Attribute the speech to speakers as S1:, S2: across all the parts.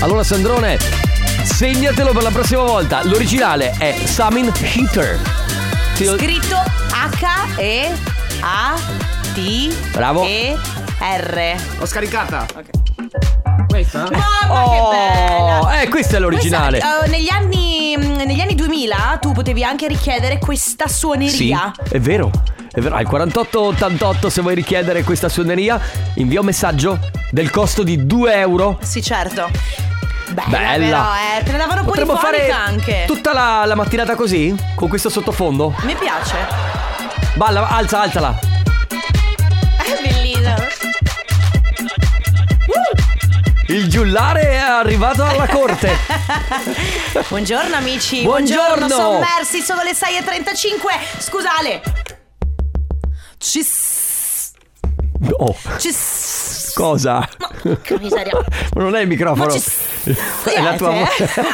S1: Allora Sandrone, segnatelo per la prossima volta. L'originale è Samin Heater. Ti ho-
S2: Scritto H-E-A-T.
S1: Bravo.
S2: E R.
S3: L'ho scaricata.
S2: Mamma
S1: Oh,
S2: che bella!
S1: eh, questo è l'originale.
S2: Questa, eh, negli, anni, mh, negli anni 2000 tu potevi anche richiedere questa
S1: Sì,
S2: suoneria.
S1: è vero. È vero, al 4888 se vuoi richiedere questa suoneria, invia un messaggio del costo di 2 euro.
S2: Sì, certo. Bella,
S1: Bella.
S2: però, eh. Te ne davano
S1: Potremmo
S2: polifonica
S1: fare
S2: anche.
S1: tutta la, la mattinata così? Con questo sottofondo?
S2: Mi piace.
S1: Balla, alza, alzala.
S2: È bellissimo. Uh!
S1: Il giullare è arrivato alla corte.
S2: Buongiorno amici.
S1: Buongiorno.
S2: Sommersi, sono le 6.35. Scusale. Ci s-
S1: Oh,
S2: ci s-
S1: cosa?
S2: Che miseria.
S1: Ma non è il microfono.
S2: Ma ci
S1: è la tua
S2: siete?
S1: voce.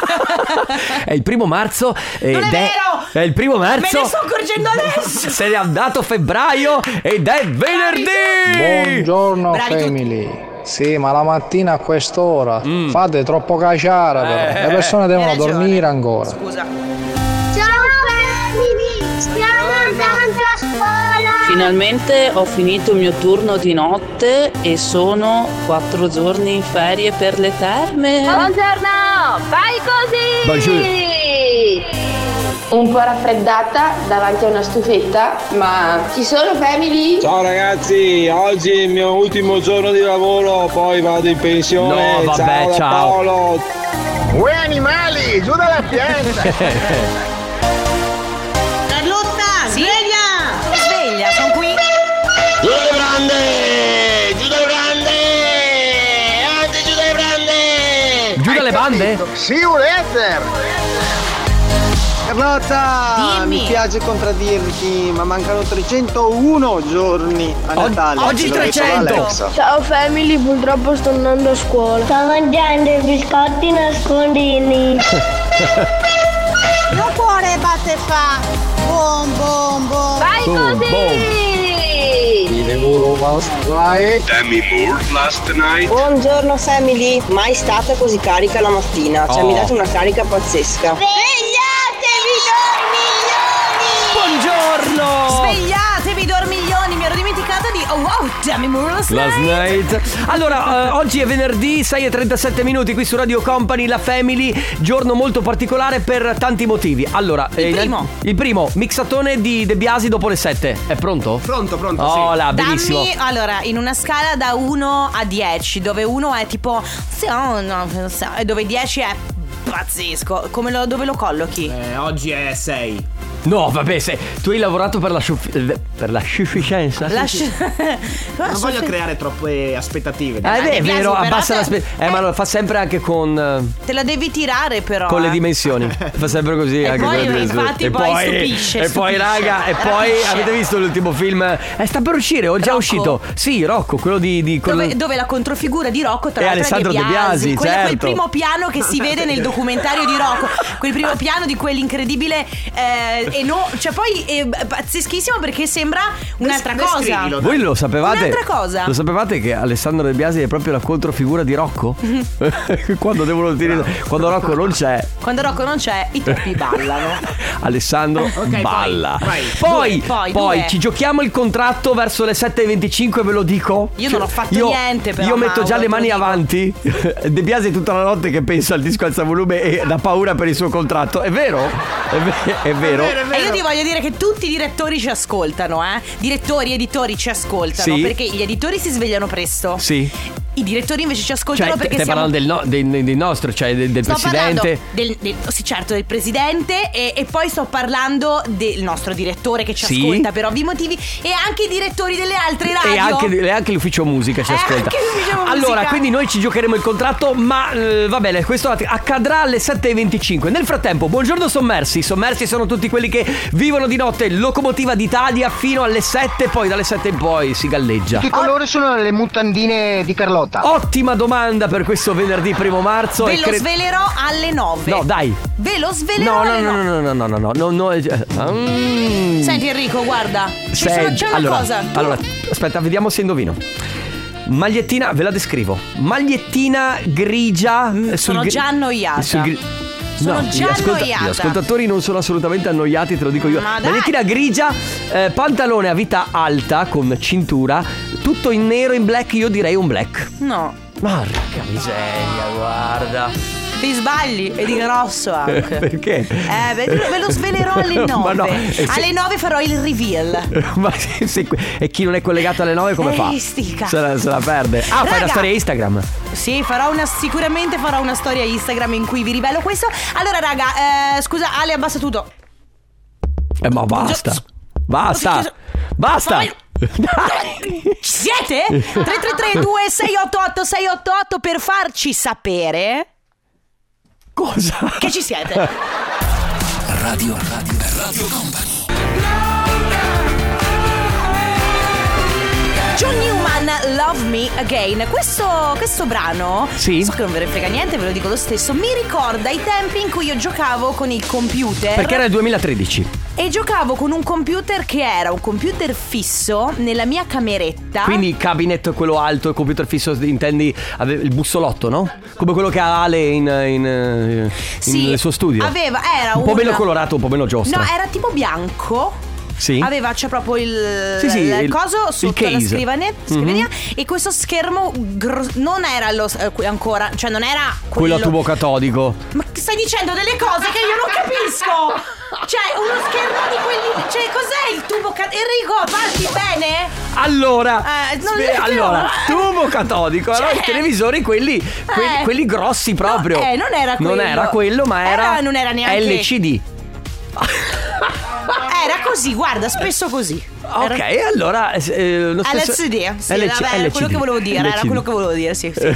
S1: è il primo marzo.
S2: Eh? Non è
S1: ed
S2: vero!
S1: È il primo
S2: Me
S1: marzo.
S2: ne sto accorgendo adesso.
S1: Se n'è andato febbraio ed è venerdì.
S4: Buongiorno
S2: Bravi tutti.
S4: family. Sì, ma la mattina a quest'ora fate troppo caciara però.
S1: Eh.
S4: Le persone devono
S2: Mm. Hai ragione.
S4: dormire ancora.
S2: Scusa.
S5: Ciao family, stiamo andando a scuola.
S6: Finalmente ho finito il mio turno di notte e sono quattro giorni in ferie per le terme.
S7: Buongiorno, vai così!
S8: Un po' raffreddata davanti a una stufetta, ma ci sono family?
S9: Ciao ragazzi, oggi è il mio ultimo giorno di lavoro, poi vado in pensione.
S1: No, vabbè,
S9: da
S1: ciao.
S9: Paolo.
S3: Uè animali, giù dalla pianta.
S2: Carlotta, sveglia! Sveglia, sono qui.
S3: giù dai brande, giù dai brande. Anzi, giù dai brande.
S1: Giù dalle bande?
S3: Si ureter.
S10: Carlotta!
S2: Dimmi.
S10: Mi piace contraddirti, ma mancano 301 giorni a
S1: O-
S10: Natale.
S1: oggi
S10: Te lo dico
S1: 300.
S10: Alexa.
S8: Ciao family, purtroppo sto andando a scuola.
S5: Sto mangiando i biscotti nascondini.
S2: Lo cuore batte fa. Bom bom bom.
S7: Vai
S1: Boom,
S7: così!
S8: Buongiorno family, mai stata così carica la mattina,
S1: Cioè, Oh. mi date
S8: una carica pazzesca.
S5: Svegliatevi dormiglioni!
S1: Buongiorno.
S2: Svegliatevi, dormiglioni. Mi ero dimenticata di. Oh wow, Demi Moore last night.
S1: Last night. Allora, eh, oggi è venerdì 6.37 minuti qui su Radio Company, la Family, giorno molto particolare per tanti motivi. Allora, il
S2: primo.
S1: Il primo, mixatone di De Biasi dopo le 7. È pronto?
S3: Pronto, pronto,
S1: Oh,
S3: sì.
S1: là, benissimo.
S2: Dammi, allora, in una scala da 1 a 10, dove 1 è tipo. sì, oh, no, non so, e dove 10 è pazzesco. Come lo- dove lo collochi?
S3: Eh, oggi è 6.
S1: No, vabbè, se tu hai lavorato per la sciuf- eh, per la sufficienza.
S2: Lascia.
S3: Non voglio creare troppe aspettative.
S1: Eh, beh,
S2: De
S1: è
S2: Biasi,
S1: vero,
S2: però,
S1: abbassa
S2: te-
S1: la spe- Eh, ma lo fa sempre anche con eh,
S2: Te la devi tirare, però.
S1: con le
S2: eh.
S1: dimensioni. Fa sempre così
S2: E
S1: anche
S2: poi,
S1: con le dimensioni.
S2: infatti,
S1: e
S2: poi
S1: poi
S2: stupisce,
S1: E poi
S2: stupisce.
S1: raga, e poi
S2: Rapisce.
S1: avete visto l'ultimo film? Eh, sta per uscire, o è già
S2: Rocco.
S1: uscito. Sì, Rocco, quello di, di con-
S2: Dove, dove la controfigura di Rocco tra
S1: E
S2: l'altro
S1: Alessandro
S2: è
S1: De Biasi,
S2: quella- quel
S1: certo.
S2: primo piano che si vede nel documentario di Rocco, quel primo piano di quell'incredibile eh, e no, cioè poi è pazzeschissimo perché sembra un'altra cosa.
S3: descrivilo.
S1: Voi lo sapevate?
S2: Un'altra cosa.
S1: Lo sapevate che Alessandro De Biasi è proprio la controfigura di Rocco?
S2: Mhm.
S1: quando devono dire quando Rocco non c'è,
S2: Quando Rocco non c'è, i topi ballano.
S1: Alessandro
S3: poi,
S1: balla.
S3: vai.
S1: Poi,
S2: Due, poi,
S1: poi
S2: due.
S1: ci giochiamo il contratto verso le 7.25, ve lo dico.
S2: Io non ho fatto
S1: io-
S2: niente, però,
S1: Io metto già
S2: Mauro,
S1: le
S2: te
S1: mani
S2: lo
S1: avanti. De Biasi è tutta la notte che pensa al disco alza volume e ha paura per il suo contratto. È vero? È, ve- è vero.
S2: E io ti voglio dire che tutti i direttori ci ascoltano, eh? Direttori, editori ci ascoltano.
S1: Sì.
S2: Perché gli editori si svegliano presto.
S1: Sì.
S2: I direttori invece ci
S1: Cioè,
S2: ascoltano
S1: stai
S2: perché siamo
S1: parlando del, no- del- del- del nostro, cioè del, del
S2: Sto
S1: presidente.
S2: parlando del, del- sì, certo, del presidente e, e poi sto parlando del nostro direttore che ci
S1: Sì.
S2: ascolta per ovvi motivi e anche i direttori delle altre radio.
S1: E anche, e anche l'ufficio musica ci
S2: E
S1: ascolta.
S2: anche l'ufficio musica.
S1: Allora, quindi noi ci giocheremo il contratto, ma eh, va bene, questo att- accadrà alle 7.25. Nel frattempo, buongiorno sommersi. Sommersi sono tutti quelli che vivono di notte locomotiva d'Italia fino alle 7, poi dalle 7 in poi si galleggia.
S10: colore sono le mutandine di Carlotta?
S1: Ottima domanda per questo venerdì primo marzo.
S2: Ve
S1: e
S2: lo
S1: cre-
S2: svelerò alle 9.
S1: No, dai.
S2: Ve lo svelerò
S1: No, no,
S2: alle
S1: no,
S2: 9.
S1: no, no, no, no, no, no, no, eh, mm.
S2: Senti Enrico, guarda. ci
S1: Sei-
S2: sono- c'è una
S1: allora,
S2: cosa. Tu-
S1: Allora, aspetta, vediamo se indovino. Magliettina, ve la descrivo. Magliettina grigia. eh, sul
S2: Mm, sono
S1: gri-
S2: già annoiata.
S1: sul gri-
S2: Sono
S1: No,
S2: già
S1: gli ascolta-
S2: annoiata.
S1: Gli ascoltatori non sono assolutamente annoiati, te lo dico io.
S2: Ma dai.
S1: Magliettina grigia, eh, pantalone a vita alta con cintura, tutto in nero, in black, io direi un black.
S2: No,
S1: Marca miseria, guarda.
S2: ti sbagli e di grosso anche.
S1: Perché?
S2: Eh, ve lo, ve lo svelerò alle 9.
S1: Ma no, eh, se-
S2: Alle 9 farò il reveal.
S1: Ma se- se- e chi non è collegato alle 9 come fa?
S2: Eh, stica.
S1: Se la, se la perde. Ah, fai
S2: Raga.
S1: una storia Instagram.
S2: Sì, farò una, sicuramente farò una storia Instagram in cui vi rivelo questo. Allora, raga, eh, scusa, Ale, abbassa tutto.
S1: Eh, ma basta. Basta. Basta. Dai.
S2: Ci siete? 333 2688 688 per farci sapere
S1: Cosa?
S2: che ci siete. John Newman, Love Me Again. Questo, questo brano,
S1: Sì.
S2: so che non ve ne frega niente, ve lo dico lo stesso, mi ricorda i tempi in cui io giocavo con il computer.
S1: Perché era il 2013.
S2: E giocavo con un computer che era un computer fisso nella mia cameretta.
S1: Quindi il cabinet quello alto, il computer fisso, intendi ave- il bussolotto, no? Come quello che ha Ale in, in, eh, in
S2: Sì,
S1: il suo studio.
S2: aveva- era
S1: un po'
S2: un-
S1: meno colorato, un po' meno giostra.
S2: No, era tipo bianco.
S1: Sì.
S2: Aveva c'è proprio il,
S1: Sì, sì,
S2: il
S1: il-
S2: coso
S1: il
S2: sotto la
S1: case. Mhm.
S2: scrivania, scrivania e questo schermo gros- non era lo, eh, que- ancora, cioè non era
S1: quello
S2: quello,
S1: a tubo catodico.
S2: Ma che stai dicendo delle cose che io non capisco. Cioè, uno schermo di quelli, cioè cos'è il tubo ca- Enrico, parti bene?
S1: Allora,
S2: Eh, non
S1: sve-
S2: è più.
S1: allora tubo catodico,
S2: Cioè-
S1: erano i televisori quelli, quelli,
S2: Eh.
S1: quelli grossi proprio.
S2: No, eh, non era quello.
S1: era quello, ma era,
S2: Era- non era neanche-
S1: LCD.
S2: Era così, guarda, spesso così. Era-
S1: Ok, allora eh, lo stesso...
S2: LCD, sì,
S1: LC-
S2: vabbè, era quello
S1: LCD.
S2: che volevo dire, era
S1: LCD.
S2: quello che volevo dire, sì, sì,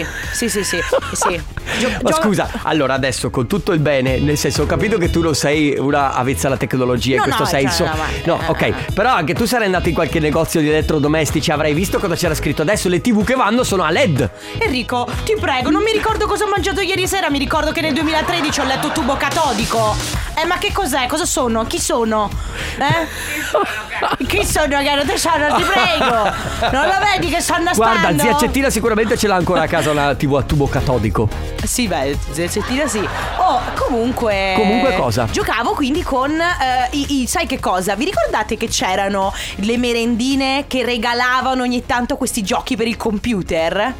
S2: sì, sì, sì, sì, sì, sì. Gio-
S1: Ma
S2: gio-
S1: Oh, scusa, allora adesso con tutto il bene, nel senso ho capito che tu non sei una avvezza alla tecnologia, in
S2: No,
S1: questo
S2: no,
S1: senso.
S2: cioè, no, ma- eh.
S1: no, ok, però anche tu sarai andato in qualche negozio di elettrodomestici, avrai visto cosa c'era scritto adesso, le TV che vanno sono a LED.
S2: Enrico, ti prego, non mi ricordo cosa ho mangiato ieri sera, mi ricordo che nel 2013 ho letto tubo catodico. Eh, ma che cos'è? Cosa sono? Chi sono? Eh? Chi sono, caro tesoro? Ti prego. Non lo vedi che stanno
S1: Guarda,
S2: stando?
S1: zia Cettina sicuramente ce l'ha ancora a casa una TV a tubo catodico.
S2: Sì, beh, Zettina sì. Oh, comunque.
S1: Comunque cosa?
S2: Giocavo quindi con. eh, i, i- sai che cosa? Vi ricordate che c'erano le merendine che regalavano ogni tanto questi giochi per il computer?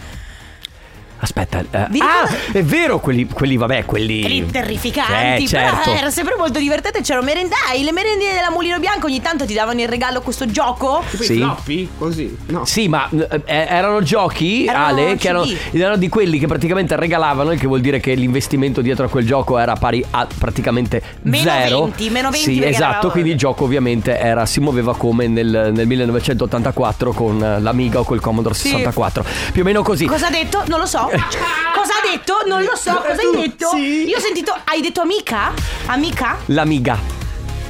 S1: Aspetta, eh,
S2: Vi
S1: ah,
S2: ricorda-
S1: è vero quelli, quelli vabbè, quelli...
S2: Quelli terrificanti,
S1: Eh, certo.
S2: però era sempre molto divertente. C'erano merendai, le merendine della Mulino Bianco ogni tanto ti davano in regalo questo gioco.
S1: Sì.
S3: Floppy? Così? No.
S1: Sì, ma eh, erano giochi,
S2: Erano
S1: Ale, che erano,
S2: CD.
S1: erano di quelli che praticamente regalavano, il che vuol dire che l'investimento dietro a quel gioco era pari a praticamente
S2: Meno
S1: zero.
S2: 20, meno 20
S1: Sì,
S2: perché
S1: esatto,
S2: eravamo-
S1: quindi il gioco ovviamente era, si muoveva come nel, nel 1984 con eh, l'Amiga o col Commodore 64. Più o meno così.
S2: Cosa ha detto? Non lo so. Cosa ha detto? Non lo so. Cosa hai detto? Io ho sentito. Hai detto amica? Amica?
S1: L'Amiga.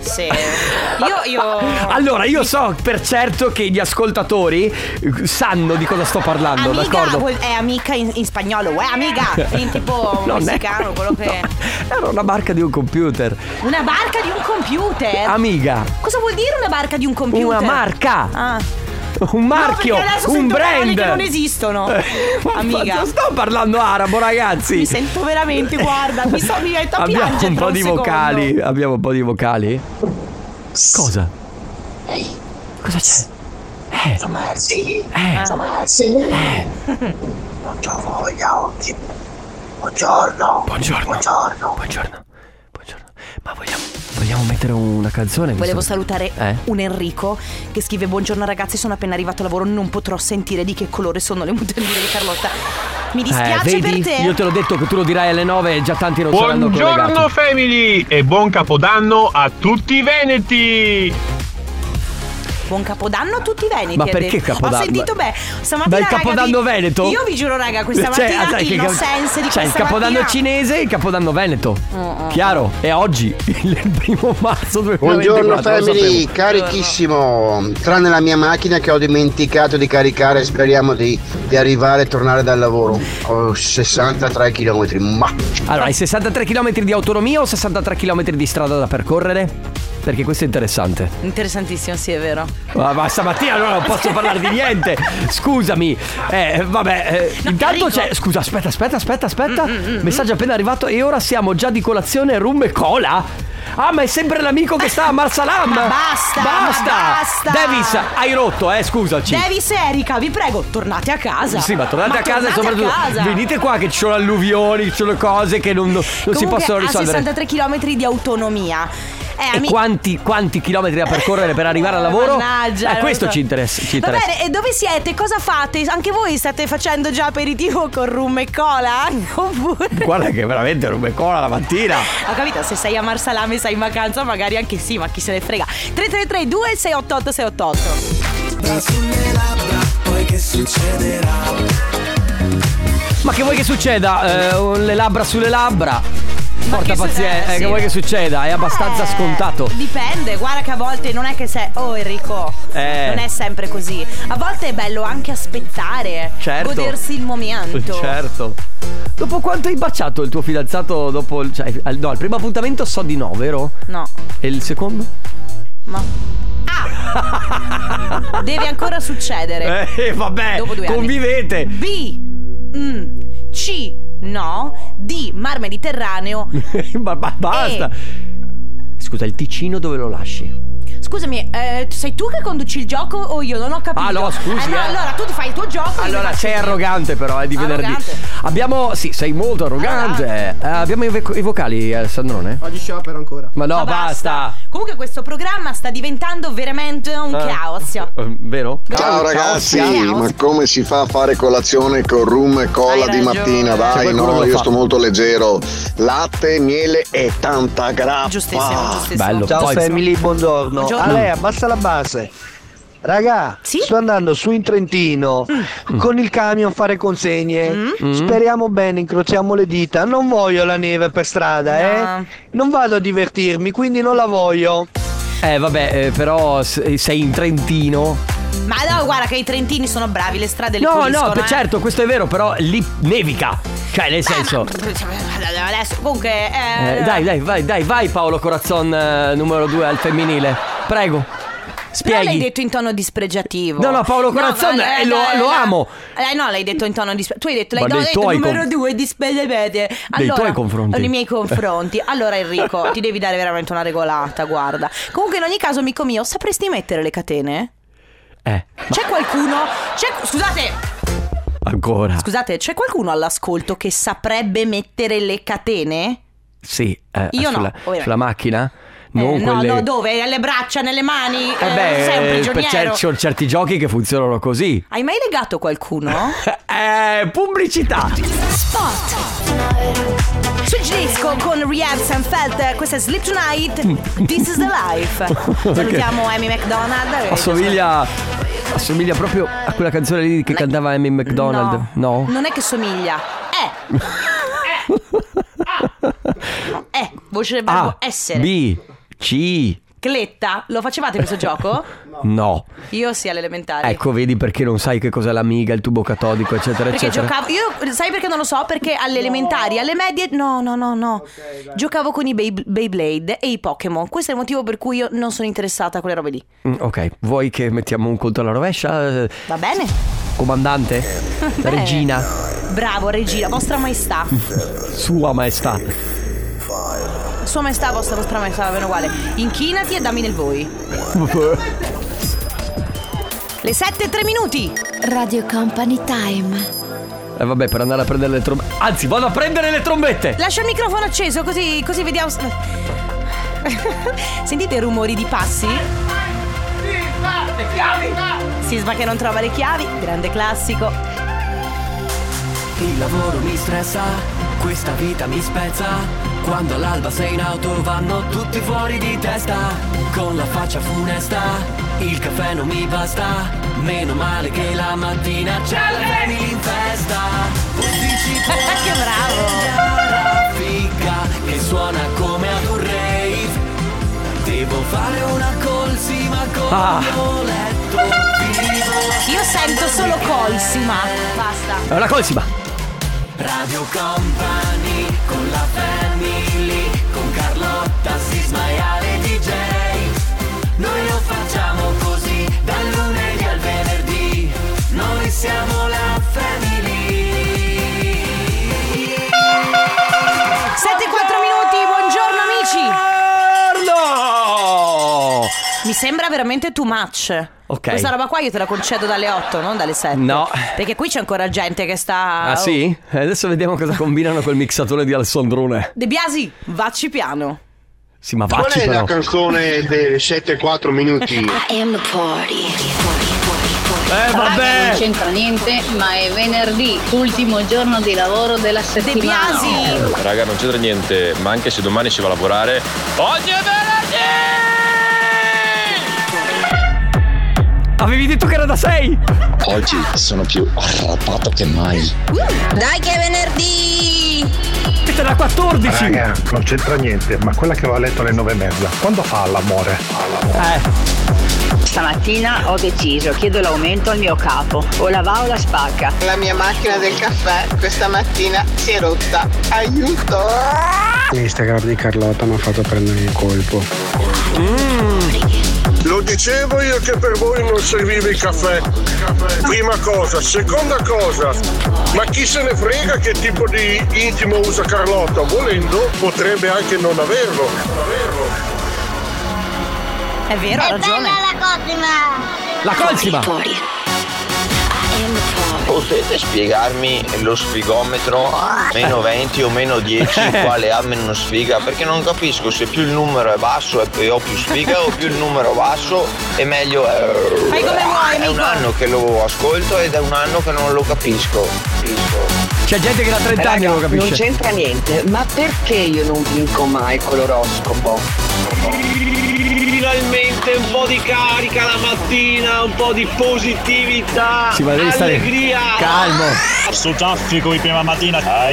S2: Sì. Io, io.
S1: Allora, io so per certo che gli ascoltatori eh, sanno di cosa sto parlando,
S2: Amiga
S1: d'accordo?
S2: vuol- è amica in, in spagnolo, uè, amiga, in tipo
S1: Non è-
S2: messicano, quello che.
S1: No, era una barca di un computer.
S2: Una barca di un computer.
S1: Amiga.
S2: Cosa vuol dire una barca di un computer?
S1: Una marca.
S2: Ah.
S1: Un marchio,
S2: no, perché adesso
S1: un
S2: sento parole
S1: brand. Eh,
S2: che non esistono.
S1: Ma
S2: Amiga.
S1: non sto parlando arabo, ragazzi.
S2: Mi sento veramente, guarda, mi sto mi metto a
S1: Abbiamo
S2: piangere
S1: un
S2: tra
S1: po' di
S2: secondo.
S1: vocali. Abbiamo un po' di vocali. Cosa? Cosa c'è? Eh. Eh. Buongiorno. Buongiorno. Buongiorno. Buongiorno. Ma vogliamo, vogliamo mettere una canzone?
S2: Volevo
S1: visto che-
S2: salutare
S1: Eh?
S2: un Enrico che scrive Buongiorno ragazzi, sono appena arrivato al lavoro, non potrò sentire di che colore sono le mutandine di Carlotta. Mi dispiace
S1: eh, vedi?
S2: per te.
S1: Io te l'ho detto che tu lo dirai alle 9 e già tanti non saranno collegati.
S9: family e buon capodanno a tutti i veneti!
S2: Buon capodanno a tutti i veneti.
S1: Ma
S2: ha
S1: perché
S2: detto.
S1: Capodanno?
S2: Ho sentito beh, stamattina
S1: Ma il
S2: raga,
S1: Capodanno
S2: vi-
S1: Veneto?
S2: Io vi giuro raga, questa
S1: Cioè,
S2: mattina
S1: sai che-
S2: l'innocenza di
S1: C'è il
S2: questa
S1: capodanno
S2: mattina.
S1: cinese e il capodanno veneto. Chiaro, è oggi, il primo marzo 2024.
S11: Buongiorno
S1: lo sapevo.
S11: family, carichissimo, tranne la mia macchina che ho dimenticato di caricare, speriamo di, di arrivare e tornare dal lavoro. Ho 63 km, ma
S1: Allora, hai 63 km di autonomia o 63 km di strada da percorrere? Perché questo è interessante.
S2: Interessantissimo, sì, è vero.
S1: Ma, ma stamattina allora non posso parlare di niente. Scusami. Eh, vabbè, eh, intanto c'è. Scusa, aspetta, aspetta, aspetta, aspetta.
S2: Mm,
S1: Messaggio appena arrivato e ora siamo già di colazione rum e cola. Ah, ma è sempre l'amico che sta a Marsalam.
S2: Ma basta, ma
S1: basta.
S2: basta.
S1: Davis, hai rotto, eh, scusaci.
S2: Davis e Erika, vi prego, tornate a casa.
S1: Sì, ma tornate a casa e
S2: tornate
S1: soprattutto
S2: a casa.
S1: venite qua che ci sono alluvioni, ci sono cose che non, non si
S2: Comunque,
S1: possono risolvere.
S2: Ha 63 km di autonomia. Eh,
S1: E
S2: ami-
S1: quanti, quanti chilometri da percorrere per arrivare al lavoro?
S2: Mannaggia,
S1: eh,
S2: non
S1: questo
S2: lo so.
S1: ci interessa. Ci
S2: Va
S1: interessa.
S2: bene, e dove siete? Cosa fate? Anche voi state facendo già aperitivo con rum e cola? Oppure.
S1: Guarda che veramente rume cola la mattina.
S2: Ho capito, se sei a Marsalame e sei in vacanza, magari anche sì, ma chi se ne frega. 333 2688
S12: Poi che succederà?
S1: Ma che vuoi che succeda? Eh, le labbra sulle labbra. Porta pazienza,
S2: succede?
S1: eh, che vuoi che succeda? È
S2: Eh.
S1: abbastanza scontato.
S2: Dipende, guarda che a volte non è che sei. Oh Enrico,
S1: Eh.
S2: non è sempre così. A volte è bello anche aspettare,
S1: Certo.
S2: godersi il momento.
S1: Certo. Dopo quanto hai baciato il tuo fidanzato dopo il- cioè, al- no, al primo appuntamento so di no, vero?
S2: No,
S1: E il secondo?
S2: ma. Ah! Deve ancora succedere.
S1: Eh, vabbè,
S2: Dopo due anni.
S1: convivete.
S2: B. Mm. C. No. D. Mar Mediterraneo.
S1: ma, ma- basta.
S2: Eh.
S1: Scusa, il Ticino dove lo lasci?
S2: Scusami, eh, sei tu che conduci il gioco o io? Non ho capito.
S1: Ah, no, scusi,
S2: Eh, no,
S1: eh.
S2: allora tu ti fai il tuo gioco. Ah, io mi
S1: Allora,
S2: faccio
S1: sei
S2: il mio.
S1: arrogante però, eh, di venerdì.
S2: Arrogante.
S1: Abbiamo... Sì, sei molto arrogante. Eh, abbiamo i, vo- i vocali, eh, Alessandrone?
S3: Oggi sciopero ancora.
S1: Ma no, basta.
S2: Comunque questo programma sta diventando veramente un
S1: Ah.
S2: caos.
S1: Eh, Vero?
S13: Ciao ragazzi, Eh, ma come si fa a fare colazione con rum e cola di mattina?
S1: Cioè,
S13: Dai,
S1: qualcuno
S13: no,
S1: lo
S13: io
S1: fa.
S13: sto molto leggero. Latte, miele e tanta grappa.
S2: Ah, Giustissimo, giustissimo.
S1: Bello,
S14: Ciao
S1: poi-
S14: family, buongiorno.
S1: Buongiorno.
S14: Ale, abbassa la base. Raga, sto andando su in Trentino
S15: Mm.
S14: con il camion a fare consegne.
S1: Mm.
S14: Speriamo bene, incrociamo le dita. Non voglio la neve per strada, eh. Non vado a divertirmi, quindi non la voglio.
S1: Eh, vabbè, eh, però se- sei in Trentino.
S2: Ma no, guarda che i trentini sono bravi, le strade le
S1: No,
S2: puliscono.
S1: no,
S2: eh.
S1: certo, questo è vero, però lì nevica. Cioè, nel senso...
S2: Adesso, comunque, eh,
S1: Eh, dai, dai, vai, dai, vai Paolo Corazzon eh, numero 2 al femminile. Prego.
S2: Però l'hai
S1: Spieghi.
S2: detto in tono dispregiativo.
S1: No, no, Paolo Corazzon,
S2: ma-
S1: eh, lo- lo amo.
S2: Eh, no, l'hai detto in tono dispregiativo. Tu hai detto, l'hai
S1: Ma
S2: no,
S1: dei
S2: detto
S1: tuoi
S2: numero
S1: conf-
S2: due dispregiativo.
S1: tuoi confronti.
S2: Nei miei confronti. Allora, Enrico, ti devi dare veramente una regolata, guarda. Comunque, in ogni caso, amico mio, sapresti mettere le catene?
S1: Eh,
S2: C'è qualcuno? C'è... Scusate,
S1: ancora.
S2: scusate, c'è qualcuno all'ascolto che saprebbe mettere le catene?
S1: Sì, eh,
S2: Io no,
S1: sulla,
S2: ovviamente.
S1: sulla macchina? Non
S2: Eh, no,
S1: quelle...
S2: no, dove? Alle braccia, nelle mani? Eh,
S1: Eh
S2: sei un
S1: beh, eh, per cer-
S2: prigioniero.
S1: ci sono certi giochi che funzionano così.
S2: Hai mai legato qualcuno?
S1: Eh, pubblicità.
S2: Spot Sul disco con Rehab Sanfeld Questa è Sleep Tonight This is the life Salutiamo Amy McDonald
S1: Assomiglia, assomiglia proprio a quella canzone lì che cantava Amy McDonald. No.
S2: Non è che somiglia Eh Eh, Eh, voce del verbo
S1: A,
S2: essere
S1: B, C.
S2: Cletta, lo facevate questo gioco?
S1: No.
S2: Io sì, all'elementare
S1: Ecco, vedi perché non sai che cos'è l'amiga, il tubo catodico, eccetera,
S2: Perché
S1: eccetera.
S2: giocavo, io sai perché non lo so? Perché alle elementari, alle medie, no, no, no, no. giocavo con i Bey- Beyblade e i Pokémon. Questo è il motivo per cui io non sono interessata a quelle robe lì.
S1: Mm, Ok, vuoi che mettiamo un conto alla rovescia? eh,
S2: Va bene?
S1: Comandante?
S2: Beh.
S1: Regina?
S2: Bravo, Regina, vostra maestà.
S1: Sua maestà.
S2: Sua maestà, vostra, vostra maestà, va bene uguale. Inchinati e dammi del voi.
S1: Eh,
S2: Le 7 e 3 minuti.
S16: Radio Company Time.
S1: Eh, vabbè, per andare a prendere le trombette. Anzi, vado a prendere le trombette!
S2: Lascia il microfono acceso così, così vediamo. se- Sentite i rumori di passi? Sisma che non trova le chiavi, grande classico.
S17: Il lavoro mi stressa, questa vita mi spezza. Quando all'alba sei in auto vanno tutti fuori di testa. Con la faccia funesta, il caffè non mi basta. Meno male che la mattina c'è la family in festa.
S2: che
S17: bravo! Figa che suona come ad un rave. Devo fare una colsima con
S1: Ah.
S17: il mio letto. Vivo
S2: Io sento solo colsima. Basta.
S1: È una colsima!
S17: Radio Company con la family con Carlotta Sisma e Ale DJ
S18: noi lo facciamo così, dal lunedì al venerdì, noi siamo la family.
S2: 7 e 4 minuti, buongiorno amici!
S1: Buongiorno!
S2: Mi sembra veramente too much.
S1: Ok.
S2: Questa roba qua io te la concedo dalle 8, non dalle 7.
S1: No.
S2: Perché qui c'è ancora gente che sta.
S1: Ah
S2: Oh.
S1: sì? Eh, Adesso vediamo cosa combinano col mixatore di Alessandrone.
S2: De Biasi, vacci piano.
S1: Sì, ma
S4: Qual
S1: vacci
S4: è
S1: però.
S4: la canzone dei 7-4 minuti?
S19: am the party.
S1: Eh
S19: Raga, non c'entra niente, ma è venerdì, ultimo giorno di lavoro della settimana. Eh,
S15: Raga, non c'entra niente, ma anche se domani si va a lavorare. Oggi è
S1: Avevi detto che era da 6!
S15: Oggi sono più arrabbiato che mai.
S19: Dai che è venerdì!
S1: Siete da 14!
S20: Raga, non c'entra niente, ma quella che aveva letto alle nove e mezza, quando fa l'amore?
S21: Stamattina ho deciso, chiedo l'aumento al mio capo. O la va o la spacca.
S22: La mia macchina del caffè questa mattina si è rotta. Aiuto!
S23: L'Instagram di Carlotta mi ha fatto prendere in colpo.
S24: Lo dicevo io che per voi non serviva il caffè. Prima cosa, seconda cosa, ma chi se ne frega che tipo di intimo usa Carlotta? Volendo potrebbe anche non averlo.
S2: È
S21: Eh,
S2: vero, ha ragione.
S25: la cosima!
S1: La colsima!
S15: Potete spiegarmi lo sfigometro meno 20 o meno 10 quale ha meno sfiga? Perché non capisco se più il numero è basso e poi ho più sfiga o più il numero basso è meglio è.
S2: Fai come vuoi,
S15: È un anno che lo ascolto ed è un anno che non lo capisco.
S1: C'è gente che da 30 anni non lo
S21: Eh, Non
S1: capisce.
S21: c'entra niente, ma perché io non vinco mai con l'oroscopo?
S7: Finalmente un po' di carica la mattina, un po' di positività,
S1: Sì, ma devi stare calmo.
S7: Su traffico di prima mattina.
S26: Ciao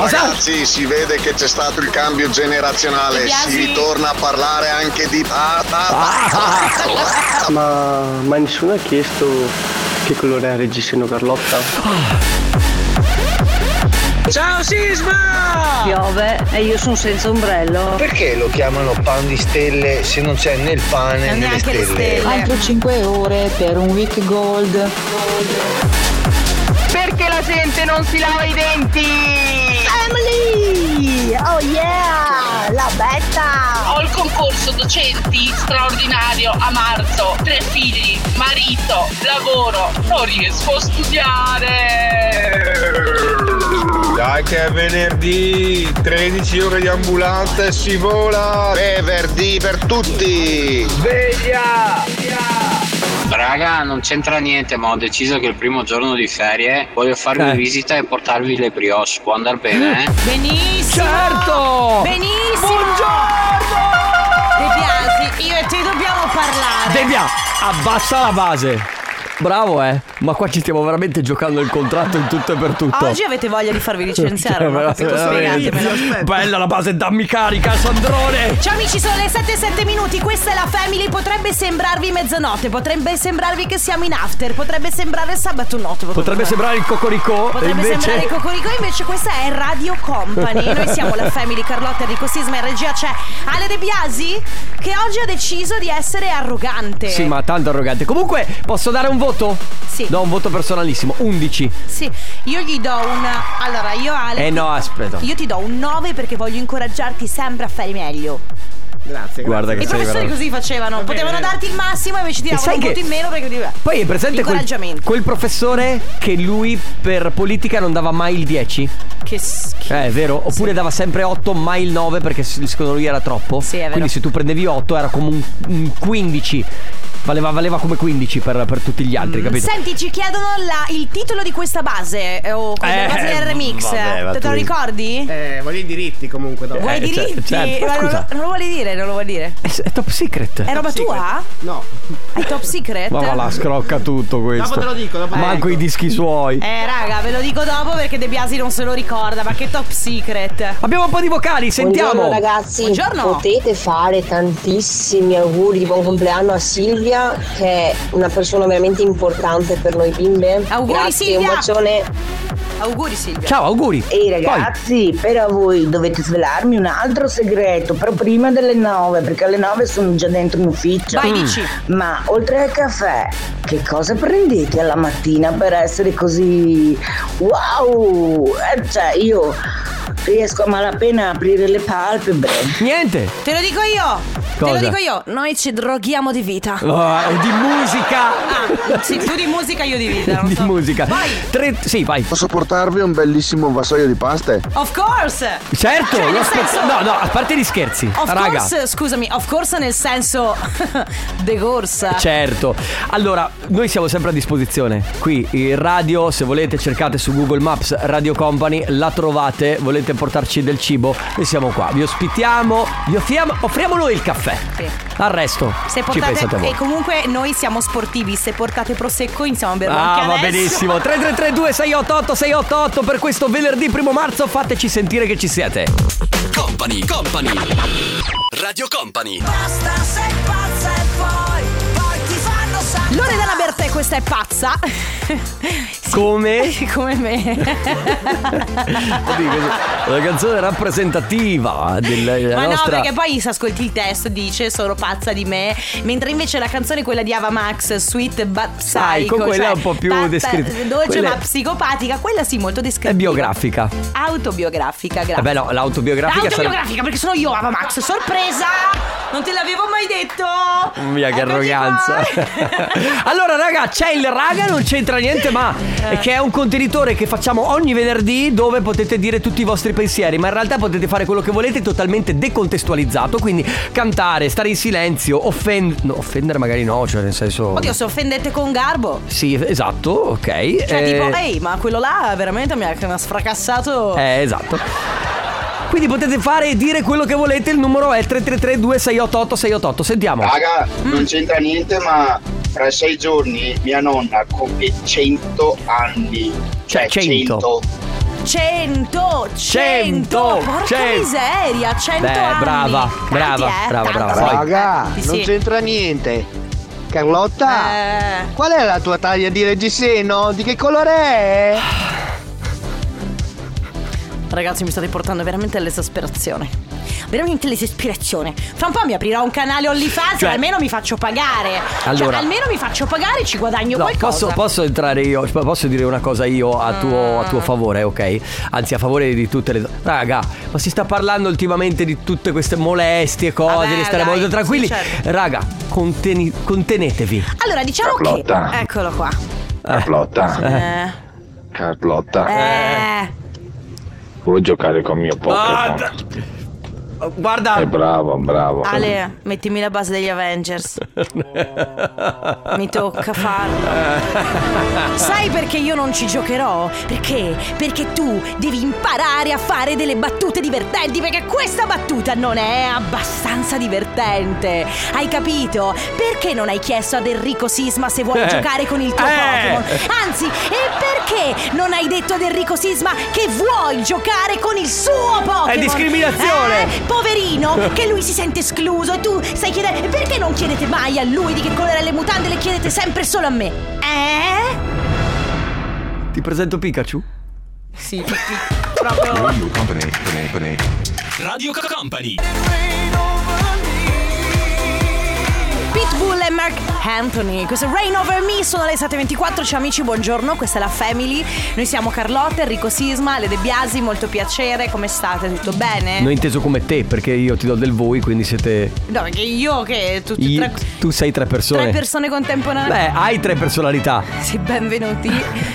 S26: ragazzi, si vede che c'è stato il cambio
S2: Ti
S26: generazionale,
S2: piaci?
S26: si ritorna a parlare anche di... Ah, ah,
S27: Ma, ma nessuno ha chiesto che colore ha Reggiseno Carlotta?
S21: Ciao Sisma! Piove e io sono senza ombrello.
S4: Perché lo chiamano pan di stelle se non c'è né il pane né le stelle?
S21: Altro 5 ore per un week gold.
S22: Perché la gente non si lava i denti? Family! Oh yeah! La betta!
S19: Ho il concorso docenti straordinario a marzo, tre figli, marito, lavoro, non riesco a studiare.
S7: Dai che è venerdì, 13 ore di ambulanza e si vola!
S4: Venerdì per tutti!
S7: Sveglia!
S28: Raga, non c'entra niente, ma ho deciso che il primo giorno di ferie voglio farvi
S1: Eh.
S28: visita e portarvi le brioche. Può andare bene, eh?
S2: Benissimo!
S1: Certo!
S2: Benissimo! Buongiorno! De Biasi, io e te dobbiamo parlare.
S1: Debbia, abbassa la base. Bravo, eh. Ma qua ci stiamo veramente giocando il contratto in tutto e per tutto.
S2: Ah, Oggi avete voglia di farvi
S1: Cioè,
S2: licenziare, non ho capito,
S1: Veramente.
S2: spiegatemelo.
S1: Bella la base, dammi carica, Sandrone.
S2: Ciao amici, sono le 7 e 7 minuti, questa è la Family, potrebbe sembrarvi mezzanotte, potrebbe sembrarvi che siamo in after, potrebbe sembrare sabato notte.
S1: Potrebbe sembrare il cocoricò. e
S2: Potrebbe
S1: invece...
S2: sembrare Cocorico, invece questa è Radio Company. Noi siamo la Family Carlotta, Enrico Sisma in regia c'è Ale De Biasi che oggi ha deciso di essere arrogante.
S1: Sì, ma tanto arrogante. Comunque, posso dare un voto?
S2: Sì.
S1: Do un voto personalissimo, 11.
S2: Sì, io gli do un Allora, io Ale
S1: Eh no, aspetta.
S2: Io ti do un 9 perché voglio incoraggiarti sempre a fare meglio.
S1: Grazie, Guarda che
S2: I
S1: sei
S2: professori
S1: veramente-
S2: così facevano, potevano darti il massimo e invece ti
S1: E
S2: davano
S1: sai
S2: un
S1: che-
S2: voto in meno perché ti
S1: Poi è presente quel,
S2: incoraggiamento.
S1: quel professore che lui per politica non dava mai il 10?
S2: Che schifo.
S1: Eh, è vero? Oppure dava sempre 8, mai il 9 perché s- secondo lui era troppo. Sì,
S2: vero.
S1: Quindi se tu prendevi 8 era come un, un 15. Valeva, valeva come 15 per, per tutti gli
S2: Mm,
S1: altri, capito?
S2: Senti, ci chiedono la- il titolo di questa base eh, o quella
S1: Eh,
S2: base del remix.
S1: vabbè, ma
S2: Te, te lo
S1: tu-
S2: ricordi?
S29: Eh, voglio i diritti comunque dopo.
S2: Vuoi
S1: cer-
S2: diritti?
S1: certo,
S2: Ma non,
S1: scusa.
S2: lo- non lo vuole dire, non lo vuole dire.
S1: È, è top secret.
S2: È roba tua?
S29: No.
S2: È top secret?
S1: Ma va la scrocca tutto questo.
S29: Dopo te lo dico, dopo te lo
S1: Manco i dischi suoi.
S2: Eh raga, ve lo dico dopo perché De Biasi non se lo ricorda, ma che top secret.
S1: Abbiamo un po' di vocali, sentiamo.
S2: Buongiorno.
S1: Potete
S21: fare tantissimi auguri di buon compleanno a Silvia
S6: Silvia che è una persona veramente importante per noi bimbe.
S2: Auguri,
S6: Grazie,
S2: Silvia!
S6: un bacione.
S2: Auguri Silvia.
S1: auguri.
S6: Ehi
S1: ragazzi,
S6: però voi dovete svelarmi un altro segreto, però prima delle 9, perché alle 9 sono già dentro un ufficio.
S1: Mm.
S2: Vai, dici.
S6: Ma oltre al caffè, che cosa prendete alla mattina per essere così wow? Eh, cioè io riesco a malapena a aprire le palpebre.
S1: Niente.
S2: Te lo dico io. Te
S1: Cosa?
S2: lo dico io. Noi ci droghiamo di vita.
S1: Ah, di musica.
S2: Ah, sì, tu di musica, io di vita. non
S1: di
S2: so.
S1: musica. Tre- sì, vai.
S13: Posso portarvi un bellissimo vassoio di paste?
S2: Of course.
S1: Certo,
S2: Cioè,
S1: lo
S2: nel
S1: aspetto-
S2: senso-
S1: No, no, a parte gli scherzi.
S2: Of
S1: raga.
S2: course, scusami, of course nel senso de corsa.
S1: Certo, allora noi siamo sempre a disposizione qui in radio, se volete cercate su Google Maps Radio Company, la trovate, volete portarci del cibo, noi siamo qua, vi ospitiamo, vi offriamo, offriamo noi il caffè.
S2: Sì.
S1: Al resto
S2: Se
S1: ci
S2: portate
S1: pensate voi.
S2: e comunque noi siamo sportivi, se portate prosecco iniziamo a berlo
S1: Ah,
S2: anche
S1: va
S2: adesso.
S1: benissimo. 3332 688 688 per questo venerdì primo marzo fateci sentire che ci siete.
S17: Company, company. Radio Company.
S12: Basta se pazza e poi, poi ti fanno saltare.
S2: Loredana Bertè, questa è pazza.
S1: Come?
S2: Come me.
S1: La canzone rappresentativa della della
S2: Ma no,
S1: nostra
S2: perché poi se ascolti il testo dice sono pazza di me, mentre invece la canzone quella di Ava Max, Sweet but Psycho,
S1: Sai, con quella
S2: cioè,
S1: un po' più
S2: tanta-
S1: descritta.
S2: Dolce
S1: Quella-
S2: ma psicopatica, quella sì, molto
S1: è
S2: descrittiva.
S1: biografica.
S2: Autobiografica, grazie.
S1: Vabbè, no, l'autobiografica sarebbe-
S2: Autobiografica, perché sono io, Ava Max. Sorpresa! Non te l'avevo mai detto!
S1: Mia che arroganza. allora, raga, c'è il raga, non c'entra niente, ma
S2: Eh.
S1: è che è un contenitore che facciamo ogni venerdì dove potete dire tutti i vostri pensieri, ma in realtà potete fare quello che volete totalmente decontestualizzato, quindi cantare, stare in silenzio, offend- no, offendere magari no, cioè nel senso
S2: Oddio, se offendete con garbo.
S1: Sì, esatto, ok.
S2: Cioè,
S1: eh,
S2: tipo, ehi, oh". ma quello là veramente mi ha, mi ha sfracassato.
S1: eh, esatto. Quindi potete fare e dire quello che volete, il numero è 333 2688 688. Sentiamo.
S22: Raga,
S24: Mm.
S22: non c'entra niente, ma fra sei giorni mia nonna compie 100 anni. Cioè,
S1: 100.
S2: 100, 100, porca
S1: 100.
S2: miseria, 100
S1: Beh,
S2: anni.
S1: brava, brava,
S2: eh,
S1: brava,
S2: tanti,
S1: brava.
S2: tanti,
S1: vai.
S14: Raga,
S2: tanti,
S14: non
S2: sì.
S14: c'entra niente.
S2: Eh.
S14: Carlotta, qual è la tua taglia di reggiseno? Di che colore è?
S2: Eh, Ragazzi, mi state portando veramente all'esasperazione. Veramente all'esasperazione. Fra un po' mi aprirò un canale OnlyFans
S1: Cioè-
S2: e almeno mi faccio pagare.
S1: Allora-
S2: Cioè, almeno mi faccio pagare e ci guadagno
S1: No,
S2: qualcosa.
S1: posso, posso entrare io, posso dire una cosa io a tuo, a tuo
S2: Mm.
S1: favore, ok? Anzi, a favore di tutte le. Raga, ma si sta parlando ultimamente di tutte queste molestie, cose,
S2: Vabbè,
S1: di stare
S2: dai,
S1: molto tranquilli.
S2: sì, certo.
S1: Raga, conteni- contenetevi.
S2: Allora, diciamo
S30: Carlotta.
S2: che. Eccolo qua.
S30: Carlotta.
S2: Eh.
S30: Carlotta.
S2: Eh.
S30: Vuoi giocare con mio
S24: Ah,
S1: Pokémon? Guarda.
S24: Eh.
S30: È bravo, bravo.
S24: Ah,
S2: Ale, mettimi la base degli Avengers. Mi tocca farlo. Sai perché io non ci giocherò? Perché? Perché tu devi imparare a fare delle battute divertenti perché questa battuta non è abbastanza divertente. Hai capito? Perché non hai chiesto ad Enrico Sisma se vuole
S12: Eh.
S2: giocare con il tuo
S12: Eh.
S2: Pokémon? Anzi, e perché non hai detto ad Enrico Sisma che vuoi giocare con il suo Pokémon?
S1: discriminazione.
S2: Eh, poverino, che lui si sente escluso e tu stai chiedendo perché non chiedete mai a lui di che colore è le mutande, le chiedete sempre solo a me. Eh?
S1: Ti presento Pikachu?
S2: Sì, proprio
S17: Radio Company.
S2: Pitbull e Mark Anthony. Questo è Rain Over Me, sono le 7:24, ciao amici, buongiorno, questa è la Family. Noi siamo Carlotta, Enrico Sisma, Le De Biasi, molto piacere, come state? Tutto bene?
S1: Non inteso come te, perché io ti do del voi, quindi siete.
S2: No, perché io che tutti e
S1: i-
S2: tre
S1: tu sei tre persone.
S2: Tre persone
S1: Beh,
S2: contemporanee.
S1: hai tre personalità.
S2: Sì, benvenuti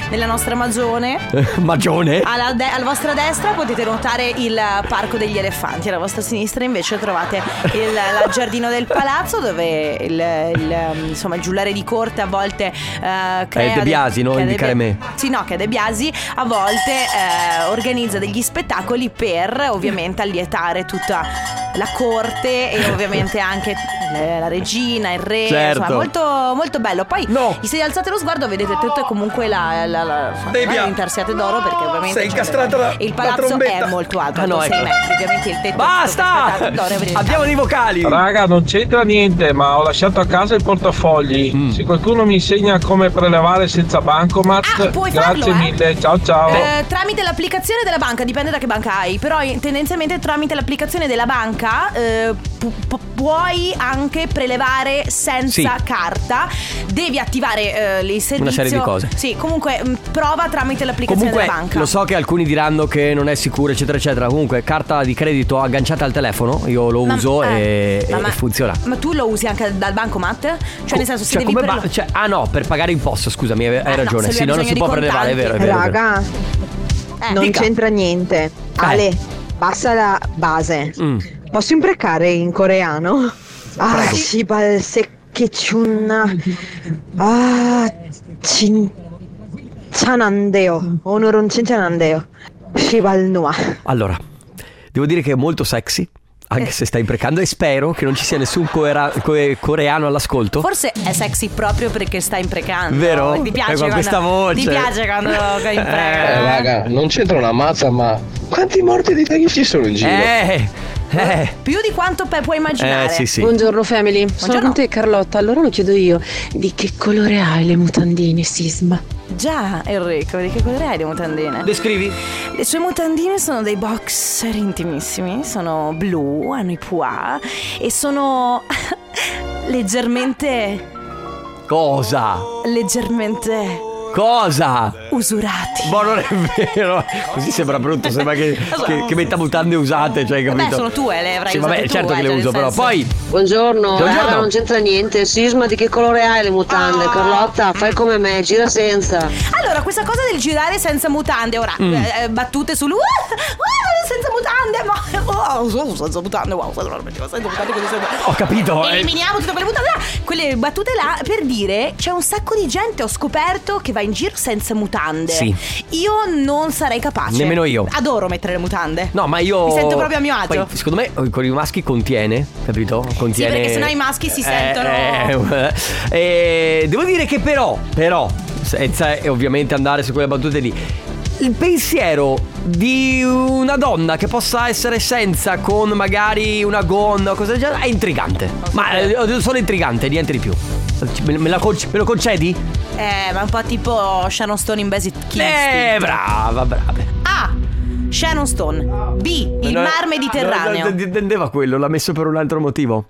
S2: nella nostra magione.
S1: Magione.
S2: Alla, de- alla vostra destra potete notare il parco degli elefanti, alla vostra sinistra invece trovate il la giardino del palazzo dove il, il, um, insomma, il giullare di corte a volte eh, crea...
S1: È De Biasi, no?
S2: che è De
S1: Indicare
S2: Bia-
S1: me.
S2: Sì, no, che è De Biasi a volte eh, organizza degli spettacoli per ovviamente allietare tutta la corte e ovviamente anche eh, la regina, il re,
S1: Certo.
S2: insomma molto molto, molto bello. Poi, se alzate lo sguardo, vedete tutto e comunque la, la, la,
S1: Debbia.
S2: l'intarsiata d'oro. Perché ovviamente
S1: Sei
S2: c'è-
S1: incastrata la-
S2: il
S1: la
S2: palazzo
S1: trombetta.
S2: è molto alto.
S1: Ah, no,
S2: sei
S1: ecco.
S2: metri, ovviamente il tetto
S1: Basta!
S2: è tutto intarsiato d'oro, e vedete-
S1: Abbiamo dei vocali.
S9: Raga, non c'entra niente, ma ho lasciato a casa il portafogli. Se qualcuno mi insegna come prelevare senza bancomat,
S2: Ah, puoi
S9: grazie
S2: farlo, eh?
S9: mille. Ciao ciao.
S2: Eh, tramite l'applicazione della banca, dipende da che banca hai, però eh, tendenzialmente tramite l'applicazione della banca eh, pu- pu- puoi anche prelevare senza
S1: Sì.
S2: carta, devi attivare eh, il servizio.
S1: serie di cose.
S2: Sì, comunque mh, prova tramite l'applicazione
S1: Comunque,
S2: della banca.
S1: lo so che alcuni diranno che non è sicuro, eccetera, eccetera. Comunque, carta di credito agganciata al telefono, io lo
S2: Ma-
S1: uso
S2: eh,
S1: e,
S2: ma-
S1: e-
S2: ma-
S1: e funziona.
S2: Ma tu lo usi anche dal bancomat? Cioè, nel senso, se
S1: Cioè,
S2: devi
S1: come
S2: prele-
S1: ba- cioè, ah no, per pagare imposte, scusami, hai, hai
S2: no, se lui
S1: ragione. sì,
S2: ha
S1: no, non
S2: bisogno
S1: si
S2: di
S1: può prelevare, è
S2: contanti.
S1: vero, è vero. è vero.
S4: Raga,
S2: Eh,
S4: non
S2: dica. Eh.
S4: c'entra niente. Ale, basta la base.
S1: Mm.
S4: Posso imprecare in coreano? Ah, si balse che chunna. Ah, cin chanandeo. Onoron cin chanandeo. Shibal noa.
S1: Allora, devo dire che è molto sexy,
S2: Eh.
S1: anche se stai imprecando, e spero che non ci sia nessun coera- co- coreano all'ascolto.
S2: Forse è sexy proprio perché sta imprecando.
S1: Vero?
S2: Ti piace
S1: Eh, con
S2: quando,
S1: questa voce.
S2: Ti piace quando quando impreca.
S16: Eh, raga, non c'entra una mazza, ma quanti morti di fake ci sono in giro?
S1: Eh, eh.
S2: Più di quanto pe- puoi immaginare.
S16: Eh, sì, sì.
S31: Buongiorno family, sono
S2: Buongiorno.
S31: con te Carlotta, allora lo chiedo io, di che colore hai le mutandine Sisma?
S2: Già, Enrico, di che colore hai le mutandine?
S1: Descrivi?
S2: Le sue mutandine sono dei boxer intimissimi, sono blu, hanno i pois e sono leggermente,
S1: Cosa?
S2: leggermente
S1: Cosa?
S2: usurati.
S1: Boh, non è vero. Così sembra brutto, sembra che, che, che metta mutande usate, cioè, hai
S31: Vabbè,
S1: capito?
S31: sono tue, le avrai
S1: Sì, vabbè,
S31: usate tu,
S1: certo
S31: eh,
S1: che le
S31: cioè,
S1: uso,
S31: nel
S1: però.
S31: senso-
S1: Poi.
S31: Buongiorno,
S1: Buongiorno.
S31: raga, Eh, non c'entra niente, Sisma di che colore hai le mutande?
S22: Ah.
S31: Carlotta, fai come me, gira senza.
S2: Allora, questa cosa del girare senza mutande, ora
S31: Mm.
S2: eh, eh, battute sul "Uh, uh, senza mutande, ma oh, so- senza mutande, wow, senza mutande, senza mutande, così senza
S1: Ho capito. eh.
S2: Eliminiamo tutte quelle mutande là, quelle battute là per dire c'è un sacco di gente ho scoperto che va in giro senza mutande.
S1: Sì.
S2: Io non sarei capace.
S1: Nemmeno io.
S2: Adoro mettere le mutande.
S1: No, ma io.
S2: Mi sento proprio a mio agio.
S1: Poi, secondo me eh, con i maschi contiene, capito? Contiene.
S2: perché sennò i maschi si sentono-
S1: eh, eh, devo dire che però, però, senza eh, ovviamente andare su quelle battute lì. Il pensiero di una donna che possa essere senza con magari una gonna o cosa del genere è intrigante. Ma eh, sono intrigante, niente di più. Me, me la conce- me lo concedi?
S2: Eh, ma un po' tipo Shannon Stone in Basic Kids.
S1: Eh, brava, brava.
S2: A. Shannon Stone. B. Il
S1: Non è-
S2: mar
S1: Non
S2: Mediterraneo.
S1: intendeva quello, l'ha messo per un altro motivo.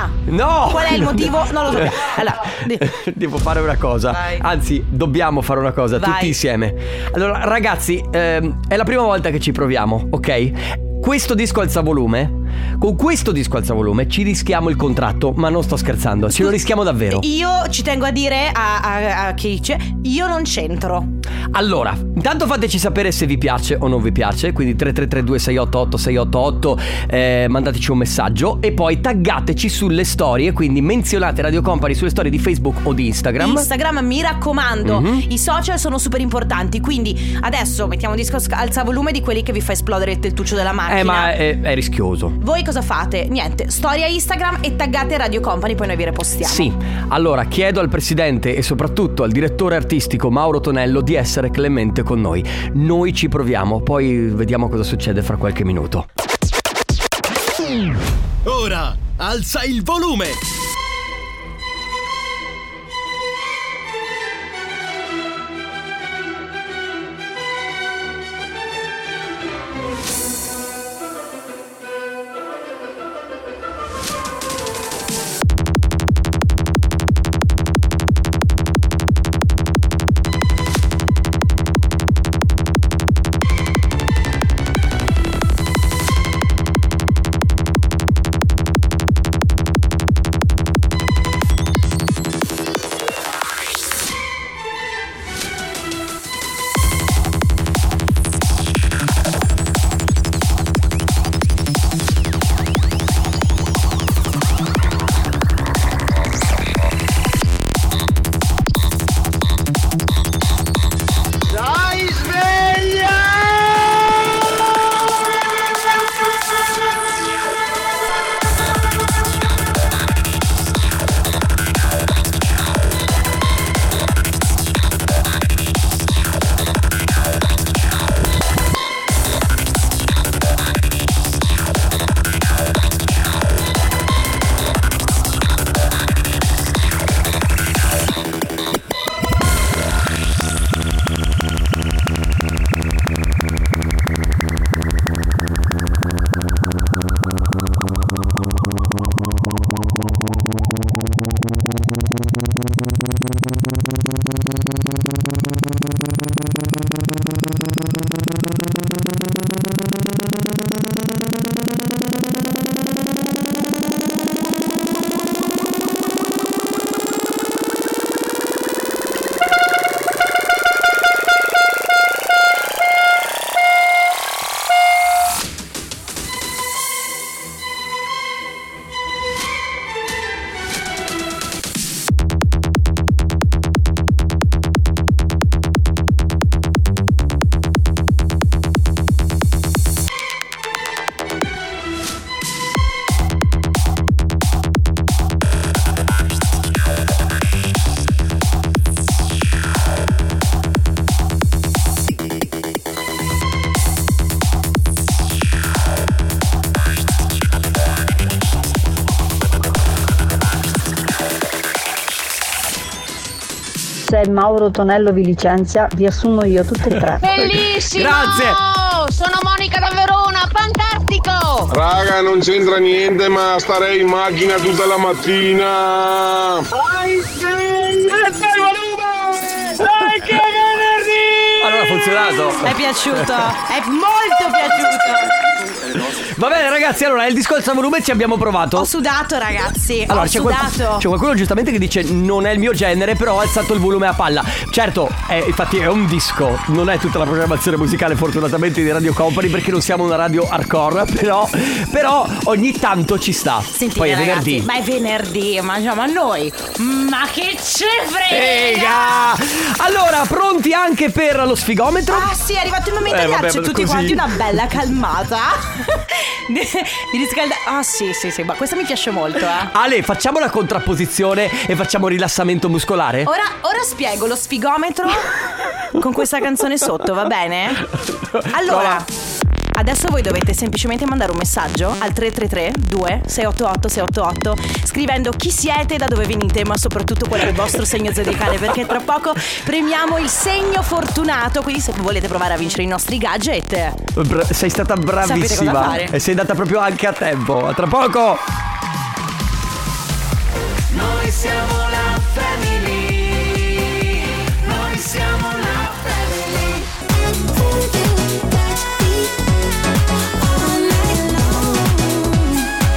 S2: A.
S1: No! Eh.
S2: Qual è il motivo? Non lo so. Allora,
S1: Devo fare una cosa.
S2: Vai.
S1: Anzi, dobbiamo fare una cosa,
S2: Vai.
S1: tutti insieme. Allora, ragazzi, ehm, è la prima volta che ci proviamo, ok? Questo disco alzavolume. Con questo disco alzavolume ci rischiamo il contratto, ma non sto scherzando, ce lo rischiamo davvero.
S2: io ci tengo a dire a, a- a chi c'è, io non c'entro.
S1: Allora, intanto fateci sapere se vi piace o non vi piace, quindi 3332688688 eh, mandateci un messaggio e poi taggateci sulle storie, quindi menzionate Radio Company sulle storie di Facebook o di Instagram.
S2: Instagram, mi raccomando,
S1: Mhm.
S2: i social sono super importanti. Quindi adesso mettiamo un disco sc- alzavolume di quelli che vi fa esplodere il tettuccio della macchina.
S1: eh, ma è, è rischioso.
S2: Voi cosa fate? Niente, storia Instagram e taggate Radio Company, poi noi vi repostiamo.
S1: Sì, allora chiedo al presidente e soprattutto al direttore artistico Mauro Tonello di essere clemente con noi. Noi ci proviamo, poi vediamo cosa succede fra qualche minuto.
S32: Ora alza il volume.
S5: se Mauro Tonello vi licenzia, vi assumo io tutte e tre.
S10: Bellissimo! Sono Monica da Verona, fantastico!
S13: Raga, non c'entra niente, ma starei in macchina tutta la mattina.
S1: Allora ha funzionato.
S2: È piaciuto, è molto piaciuto.
S1: Va bene ragazzi, allora il discorso a volume ci abbiamo provato.
S2: Ho sudato ragazzi,
S1: Allora,
S2: ho
S1: c'è, qual-
S2: sudato.
S1: c'è qualcuno giustamente che dice non è il mio genere, però ha alzato il volume a palla. Certo, è- infatti è un disco, non è tutta la programmazione musicale fortunatamente di Radio Company perché non siamo una radio hardcore, però, però ogni tanto ci sta.
S2: Sentite,
S1: Poi è
S2: ragazzi,
S1: venerdì.
S2: Ma è venerdì, ma, cioè, ma noi. Ma che ce frega!
S1: Frega! ah! Allora, pronti anche per lo sfigometro?
S2: Ah sì, è arrivato il momento
S1: Eh,
S2: di
S1: vabbè,
S2: darci
S1: ma
S2: tutti
S1: così.
S2: quanti una bella calmata. di di riscaldare. Ah sì, sì, sì, ma questa mi piace molto, eh.
S1: Ale, facciamo la contrapposizione e facciamo rilassamento muscolare?
S2: Ora, ora spiego lo sfigometro con questa canzone sotto, va bene? Oh, Allora, adesso voi dovete semplicemente mandare un messaggio al 333-2688-688 scrivendo chi siete, da dove venite, ma soprattutto qual è il vostro segno zodiacale perché tra poco premiamo il segno fortunato, quindi se volete provare a vincere i nostri gadget...
S1: Bra- sei stata
S2: Sapete cosa
S1: bravissima
S2: fare.
S1: e sei andata proprio anche a tempo. A tra poco!
S12: Noi siamo la family. Noi siamo la family.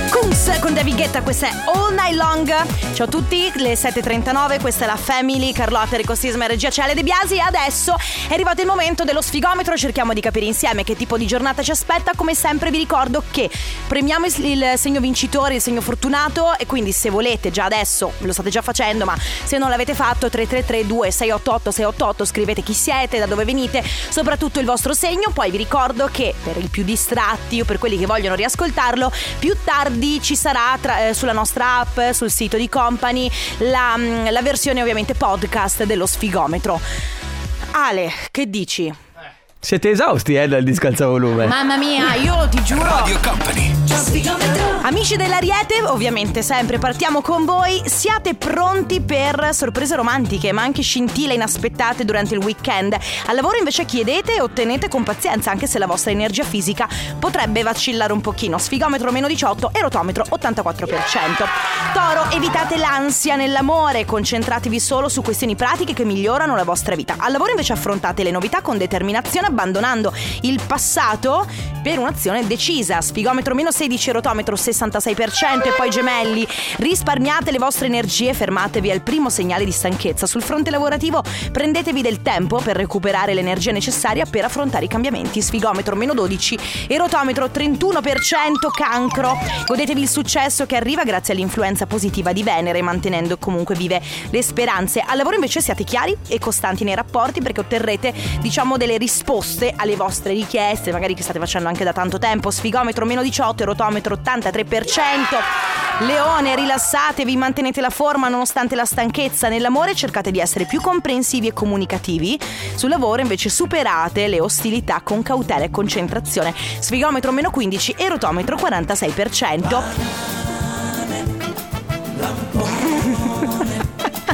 S2: Kunz con David Guetta, questa è All Night Long. Ciao a tutti, le 7.39, questa è la Family, Carlotta, Enrico Sisma, Regia Ciale De Biasi. E adesso è arrivato il momento dello sfigometro, cerchiamo di capire insieme che tipo di giornata ci aspetta. Come sempre vi ricordo che premiamo il- il segno vincitore, il segno fortunato e quindi se volete già adesso, lo state già facendo, ma se non l'avete fatto 333-2688-688 scrivete chi siete, da dove venite, soprattutto il vostro segno. Poi vi ricordo che per i più distratti o per quelli che vogliono riascoltarlo, più tardi ci sarà tra- eh, sulla nostra app, sul sito di Company, la, mm, la versione ovviamente podcast dello sfigometro. Ale, che dici?
S1: Siete esausti, eh, dal discalza volume.
S2: Mamma mia, io ti giuro. Amici dell'Ariete, ovviamente sempre partiamo con voi. Siate pronti per sorprese romantiche, ma anche scintille inaspettate durante il weekend. Al lavoro invece chiedete e ottenete con pazienza, anche se la vostra energia fisica potrebbe vacillare un pochino. Sfigometro meno 18 e rotometro 84%. Toro, evitate l'ansia nell'amore, concentratevi solo su questioni pratiche che migliorano la vostra vita. Al lavoro invece affrontate le novità con determinazione abbandonando il passato per un'azione decisa. Sfigometro meno 16, rotometro 66% e poi gemelli. Risparmiate le vostre energie, fermatevi al primo segnale di stanchezza. Sul fronte lavorativo prendetevi del tempo per recuperare l'energia necessaria per affrontare i cambiamenti. Sfigometro meno 12 e rotometro 31% cancro. Godetevi il successo che arriva grazie all'influenza positiva di Venere, mantenendo comunque vive le speranze. Al lavoro invece siate chiari e costanti nei rapporti perché otterrete, diciamo, delle risposte alle vostre richieste, magari che state facendo anche da tanto tempo. Sfigometro meno 18, rotometro 83%. Leone, rilassatevi, mantenete la forma nonostante la stanchezza. Nell'amore cercate di essere più comprensivi e comunicativi. Sul lavoro invece superate le ostilità con cautela e concentrazione. Sfigometro meno 15 e rotometro 46%.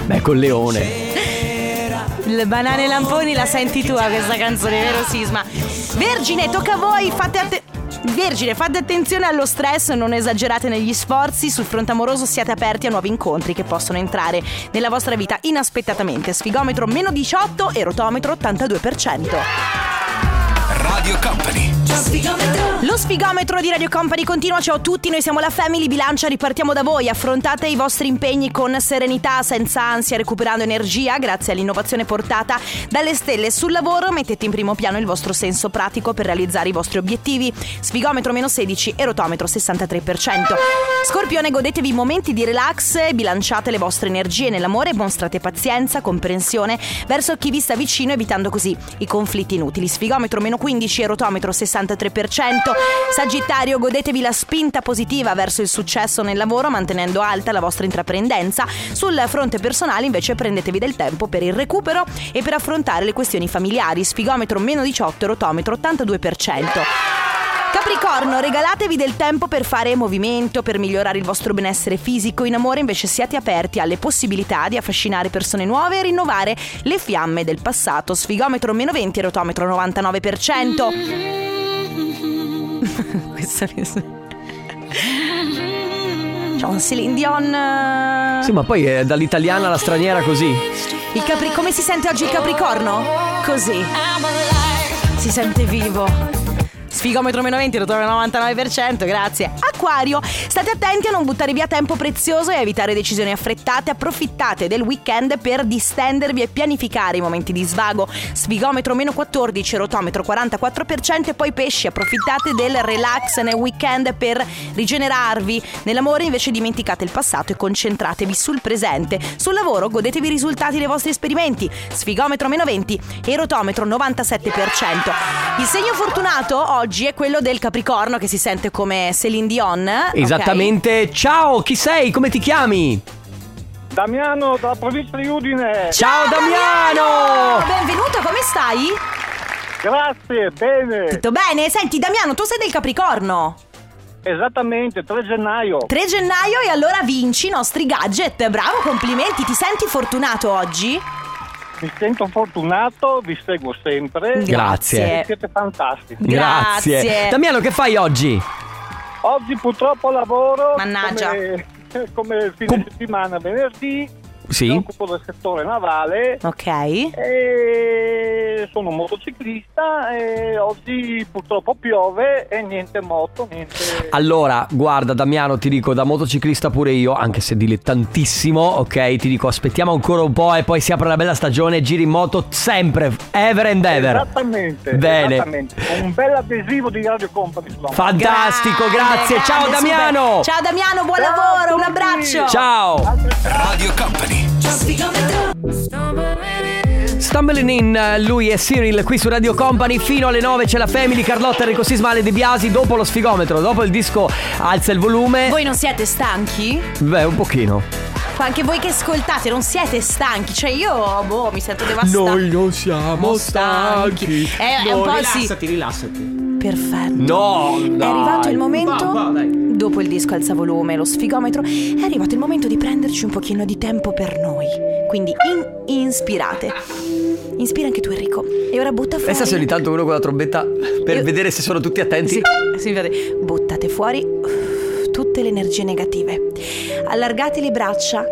S1: Beh, col leone.
S2: Le banane lamponi la senti tu a questa canzone, vero Sisma? Vergine, tocca a voi, fate attenzione. Vergine, fate attenzione allo stress, non esagerate negli sforzi, sul fronte amoroso siate aperti a nuovi incontri che possono entrare nella vostra vita inaspettatamente. Sfigometro meno 18 e rotometro 82%.
S32: Radio Company.
S2: Lo sfigometro di Radio Company continua, ciao a tutti, noi siamo la Family Bilancia, ripartiamo da voi, affrontate i vostri impegni con serenità, senza ansia, recuperando energia grazie all'innovazione portata dalle stelle sul lavoro, mettete in primo piano il vostro senso pratico per realizzare i vostri obiettivi, sfigometro meno 16 e rotometro 63%. Scorpione, godetevi momenti di relax, bilanciate le vostre energie nell'amore e mostrate pazienza, comprensione verso chi vi sta vicino, evitando così i conflitti inutili. Sfigometro meno 15 e rotometro 63%. Sagittario, godetevi la spinta positiva verso il successo nel lavoro, mantenendo alta la vostra intraprendenza. Sul fronte personale, invece, prendetevi del tempo per il recupero e per affrontare le questioni familiari. Sfigometro meno 18 e rotometro 82%. Capricorno, regalatevi del tempo per fare movimento, per migliorare il vostro benessere fisico. In amore invece siate aperti alle possibilità di affascinare persone nuove e rinnovare le fiamme del passato. Sfigometro meno 20, rotometro 99%. Questa mi sa- John Celine Dion. eh.
S1: Sì, ma poi è dall'italiana alla straniera così.
S2: Il capri- come si sente oggi il Capricorno? Così. Si sente vivo. Sfigometro meno 20, rotola 99%, grazie. Acquario, state attenti a non buttare via tempo prezioso e a evitare decisioni affrettate. Approfittate del weekend per distendervi e pianificare i momenti di svago. Sfigometro meno 14, rotometro 44% e poi pesci. Approfittate del relax nel weekend per rigenerarvi. Nell'amore invece dimenticate il passato e concentratevi sul presente. Sul lavoro godetevi i risultati dei vostri esperimenti. Sfigometro meno 20 e rotometro 97%. Il segno fortunato oggi è quello del Capricorno che si sente come Celine Dion. ok?
S1: Esattamente. Ciao, chi sei? Come ti chiami?
S7: Damiano dalla provincia di Udine.
S1: Ciao, Damiano!
S2: Benvenuto, come stai?
S7: Grazie, bene.
S2: Tutto bene? Senti Damiano, tu sei del Capricorno.
S7: Esattamente, 3 gennaio.
S2: 3 gennaio e allora vinci i nostri gadget. Bravo, complimenti. Ti senti fortunato oggi?
S7: Mi sento fortunato, vi seguo sempre.
S1: Grazie.
S7: Siete fantastici.
S1: Damiano, che fai oggi?
S7: Oggi purtroppo lavoro.
S2: Mannaggia.
S7: Come, come fine settimana, venerdì.
S1: Sì.
S7: Mi occupo del settore navale.
S2: Ok.
S7: E sono un motociclista e oggi purtroppo piove e niente moto, niente...
S1: Allora, guarda Damiano, ti dico da motociclista pure io, anche se dilettantissimo, ok? Ti dico aspettiamo ancora un po' e poi si apre la bella stagione, giri in moto sempre, ever and ever.
S7: Esattamente.
S1: Bene.
S7: esattamente. Un bel adesivo di Radio Company. sulla mano.
S1: Fantastico, grazie.
S2: Grande,
S1: Ciao
S2: grande,
S1: Damiano.
S2: super. Ciao Damiano, buon
S7: Ciao a
S2: lavoro, un
S7: tutti.
S2: abbraccio.
S1: Ciao.
S32: Radio Company.
S1: Stumbling in, eh, lui e Cyril qui su Radio Company fino alle 9 c'è la Family Carlotta Enrico Sismale De Biasi dopo lo sfigometro, dopo il disco alza il volume.
S2: Voi non siete stanchi?
S1: Beh, un pochino.
S2: Anche voi che ascoltate, non siete stanchi? Cioè io, boh, mi sento devastata.
S1: non siamo stanchi.
S2: Eh, È, è un po' sì.
S3: rilassati, rilassati.
S2: Perfetto.
S1: No,
S2: È arrivato il momento.
S3: Va, va,
S2: Dopo il disco alza volume, lo sfigometro, è arrivato il momento di prenderci un pochino di tempo per noi. Quindi in- inspirate. Inspira anche tu Enrico. E ora butta fuori.
S1: Pensa se ogni tanto uno con la trombetta per
S2: Io-
S1: vedere se sono tutti attenti.
S2: Sì, sì, infatti. Buttate fuori uh, tutte le energie negative. Allargate le braccia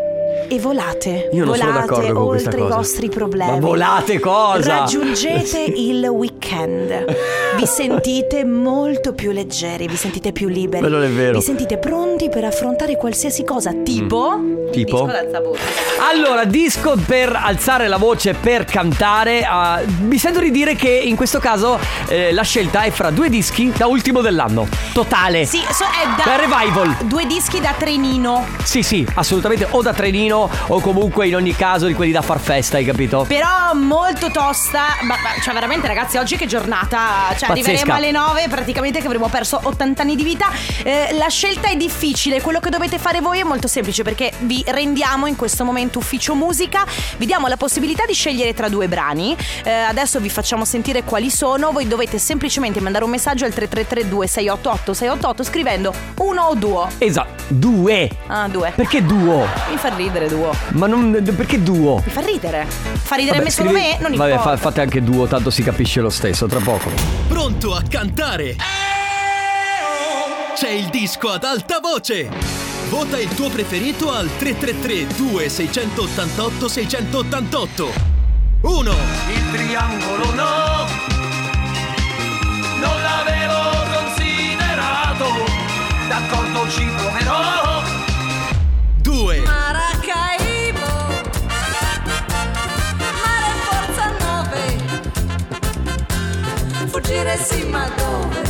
S2: e volate.
S1: Io non
S2: volate
S1: sono d'accordo con questa
S2: oltre i
S1: cosa.
S2: vostri problemi.
S1: Ma volate cosa?
S2: Raggiungete il weekend. Vi sentite molto più leggeri, vi sentite più liberi.
S1: Ma non è vero.
S2: Vi sentite pronti per affrontare qualsiasi cosa, tipo
S1: Mm. Tipo?
S2: Disco d'alza voce.
S1: Allora, disco per alzare la voce, per cantare. ah, mi sento di dire che in questo caso eh, la scelta è fra due dischi da ultimo dell'anno. Totale.
S2: Sì, so- è da
S1: Per revival.
S2: Due dischi da trenino.
S1: Sì, sì, assolutamente. O da trenino o comunque in ogni caso di quelli da far festa, hai capito?
S2: Però molto tosta, ma, ma- cioè veramente ragazzi oggi che giornata, cioè
S1: Pazzesca.
S2: arriveremo alle 9 praticamente che avremo perso 80 anni di vita, Eh, la scelta è difficile, quello che dovete fare voi è molto semplice perché vi rendiamo in questo momento ufficio musica, vi diamo la possibilità di scegliere tra due brani, Eh, adesso vi facciamo sentire quali sono, voi dovete semplicemente mandare un messaggio al 3332 688 688 scrivendo uno o duo,
S1: Esatto. Due.
S2: ah due,
S1: Perché duo?
S2: mi fa ridere duo,
S1: Ma non. Perché duo?
S2: mi fa ridere, fa ridere
S1: Vabbè,
S2: me solo
S1: scrivi-
S2: me, non
S1: Vabbè,
S2: importa.
S1: fa- fate anche duo, tanto si capisce lo stesso, tra poco.
S8: Pronto a cantare? C'è il disco ad alta voce! Vota il tuo preferito al 333 2688 688 1
S12: Il triangolo no, non l'avevo considerato, d'accordo ci proverò.
S8: 2
S12: Maracaibo, mare forza 9, fuggire sì ma dove?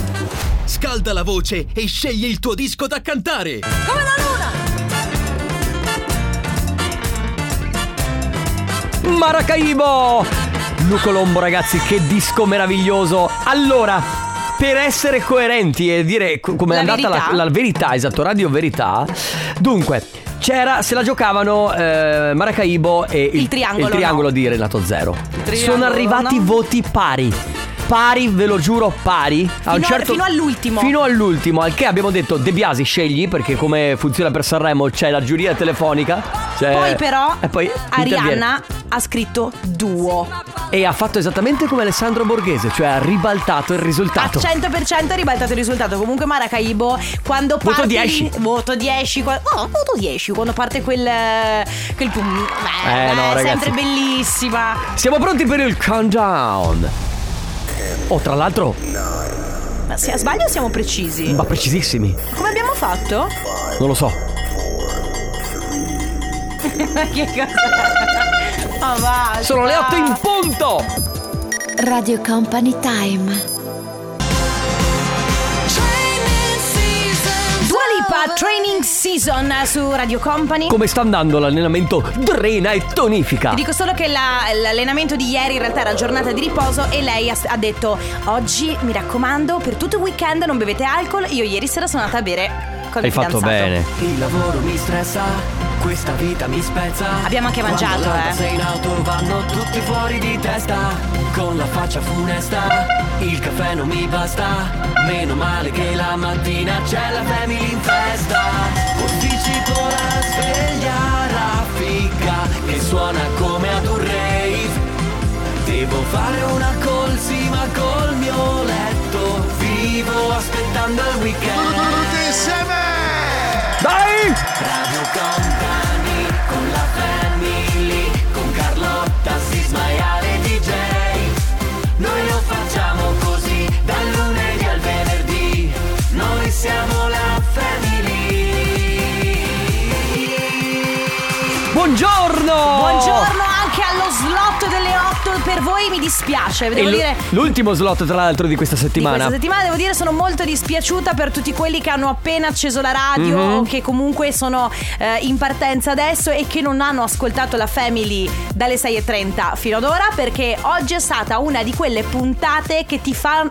S8: Scalda la voce e scegli il tuo disco da cantare!
S12: Come la luna!
S1: Maracaibo! Lucolombo ragazzi, che disco meraviglioso! Allora, per essere coerenti e dire co- com'è
S2: La
S1: andata
S2: verità.
S1: La, la verità, esatto, Radio Verità, dunque... C'era, se la giocavano eh, Maracaibo e il,
S2: triangolo,
S1: il triangolo di Renato Zero.
S2: triangolo,
S1: Sono arrivati
S2: no.
S1: voti pari. pari, ve lo giuro, pari. A certo
S2: Fino a- fino all'ultimo.
S1: Fino all'ultimo, al che abbiamo detto De Biasi scegli, perché come funziona per Sanremo c'è la giuria telefonica. c'è-
S2: Poi però
S1: e Eh, poi interviene.
S2: Arianna ha scritto duo.
S1: E ha fatto esattamente come Alessandro Borghese, cioè ha ribaltato il risultato.
S2: 100% ribaltato il risultato. Comunque Maracaibo quando
S1: Voto
S2: parte
S1: 10.
S2: voto 10, qua- no, voto 10 quando parte quel quel pum, beh,
S1: Eh, no,
S2: beh, è
S1: ragazzi.
S2: sempre bellissima.
S1: Siamo pronti per il countdown. Oh, tra l'altro,
S2: Ma se sbaglio siamo precisi.
S1: ma precisissimi.
S2: Come abbiamo fatto?
S1: Non lo so.
S2: Ma che cosa? Ah, Ma basta.
S1: Sono le 8 in punto.
S11: Radio Company Time.
S2: Dua Lipa Training Season su Radio Company.
S1: Come sta andando l'allenamento? Drena e tonifica.
S2: Ti dico solo che la- l'allenamento di ieri in realtà era giornata di riposo e lei ha, ha detto oggi mi raccomando per tutto il weekend non bevete alcol, io ieri sera sono andata a bere col mio
S1: Hai fatto
S2: fidanzato.
S1: bene.
S17: Il lavoro mi stressa, questa vita mi spezza.
S2: Abbiamo anche
S17: Quando
S2: mangiato,
S17: all'alba
S2: eh.
S17: Sei in auto, vanno tutti fuori di testa. Con la faccia funesta, il caffè non mi basta. Meno male che la mattina c'è la family in festa. Posticipo la sveglia raffica che suona come ad un rave. Devo fare una colsima col mio letto. Vivo aspettando il weekend. Tutti insieme!
S1: Dai!
S17: Radio Company con la family, con Carlotta, Sisma e Ale DJ. Noi lo facciamo così, dal lunedì al venerdì. Noi siamo la family.
S1: Buongiorno!
S2: Buongiorno anche allo slot delle 8 per voi, mi dispiace, devo
S1: E l-
S2: dire...
S1: L'ultimo slot, tra l'altro, di questa
S2: Di
S1: settimana.
S2: questa settimana devo dire sono molto dispiaciuta per tutti quelli che hanno appena acceso la radio,
S1: Mhm.
S2: che comunque sono eh, in partenza adesso e che non hanno ascoltato la Family dalle 6.30 fino ad ora perché oggi è stata una di quelle puntate che ti fanno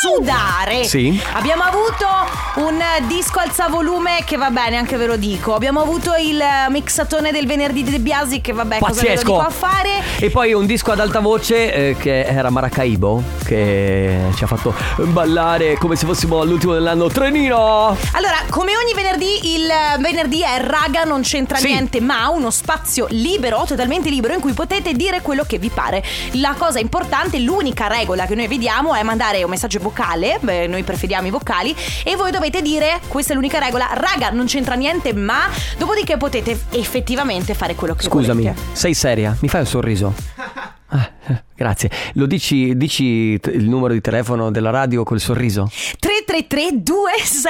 S2: sudare.
S1: Sì.
S2: Abbiamo avuto un eh, disco alzavolume che va bene, anche ve lo dico. Abbiamo avuto il eh, mixatone del venerdì di De Biasi che vabbè, cosa ve lo
S1: Pazzesco.
S2: dico a fare?
S1: E poi un disco ad alta voce eh, che era Maracaibo, che ci ha fatto ballare come se fossimo all'ultimo dell'anno. Trenino!
S2: Allora, come ogni venerdì, il eh, venerdì è raga, non c'entra niente, ma uno spazio libero, totalmente libero, in cui potete dire quello che vi pare. La cosa importante, l'unica regola che noi vediamo è mandare un messaggio vocale, beh, noi preferiamo i vocali, e voi dovete dire, questa è l'unica regola, raga, non c'entra niente, ma dopodiché potete effettivamente fare quello che
S1: Scusami,
S2: volete.
S1: sei seria? Mi fai un sorriso? Ah, eh, grazie. Lo dici, dici t- il numero di telefono della radio col sorriso?
S2: 333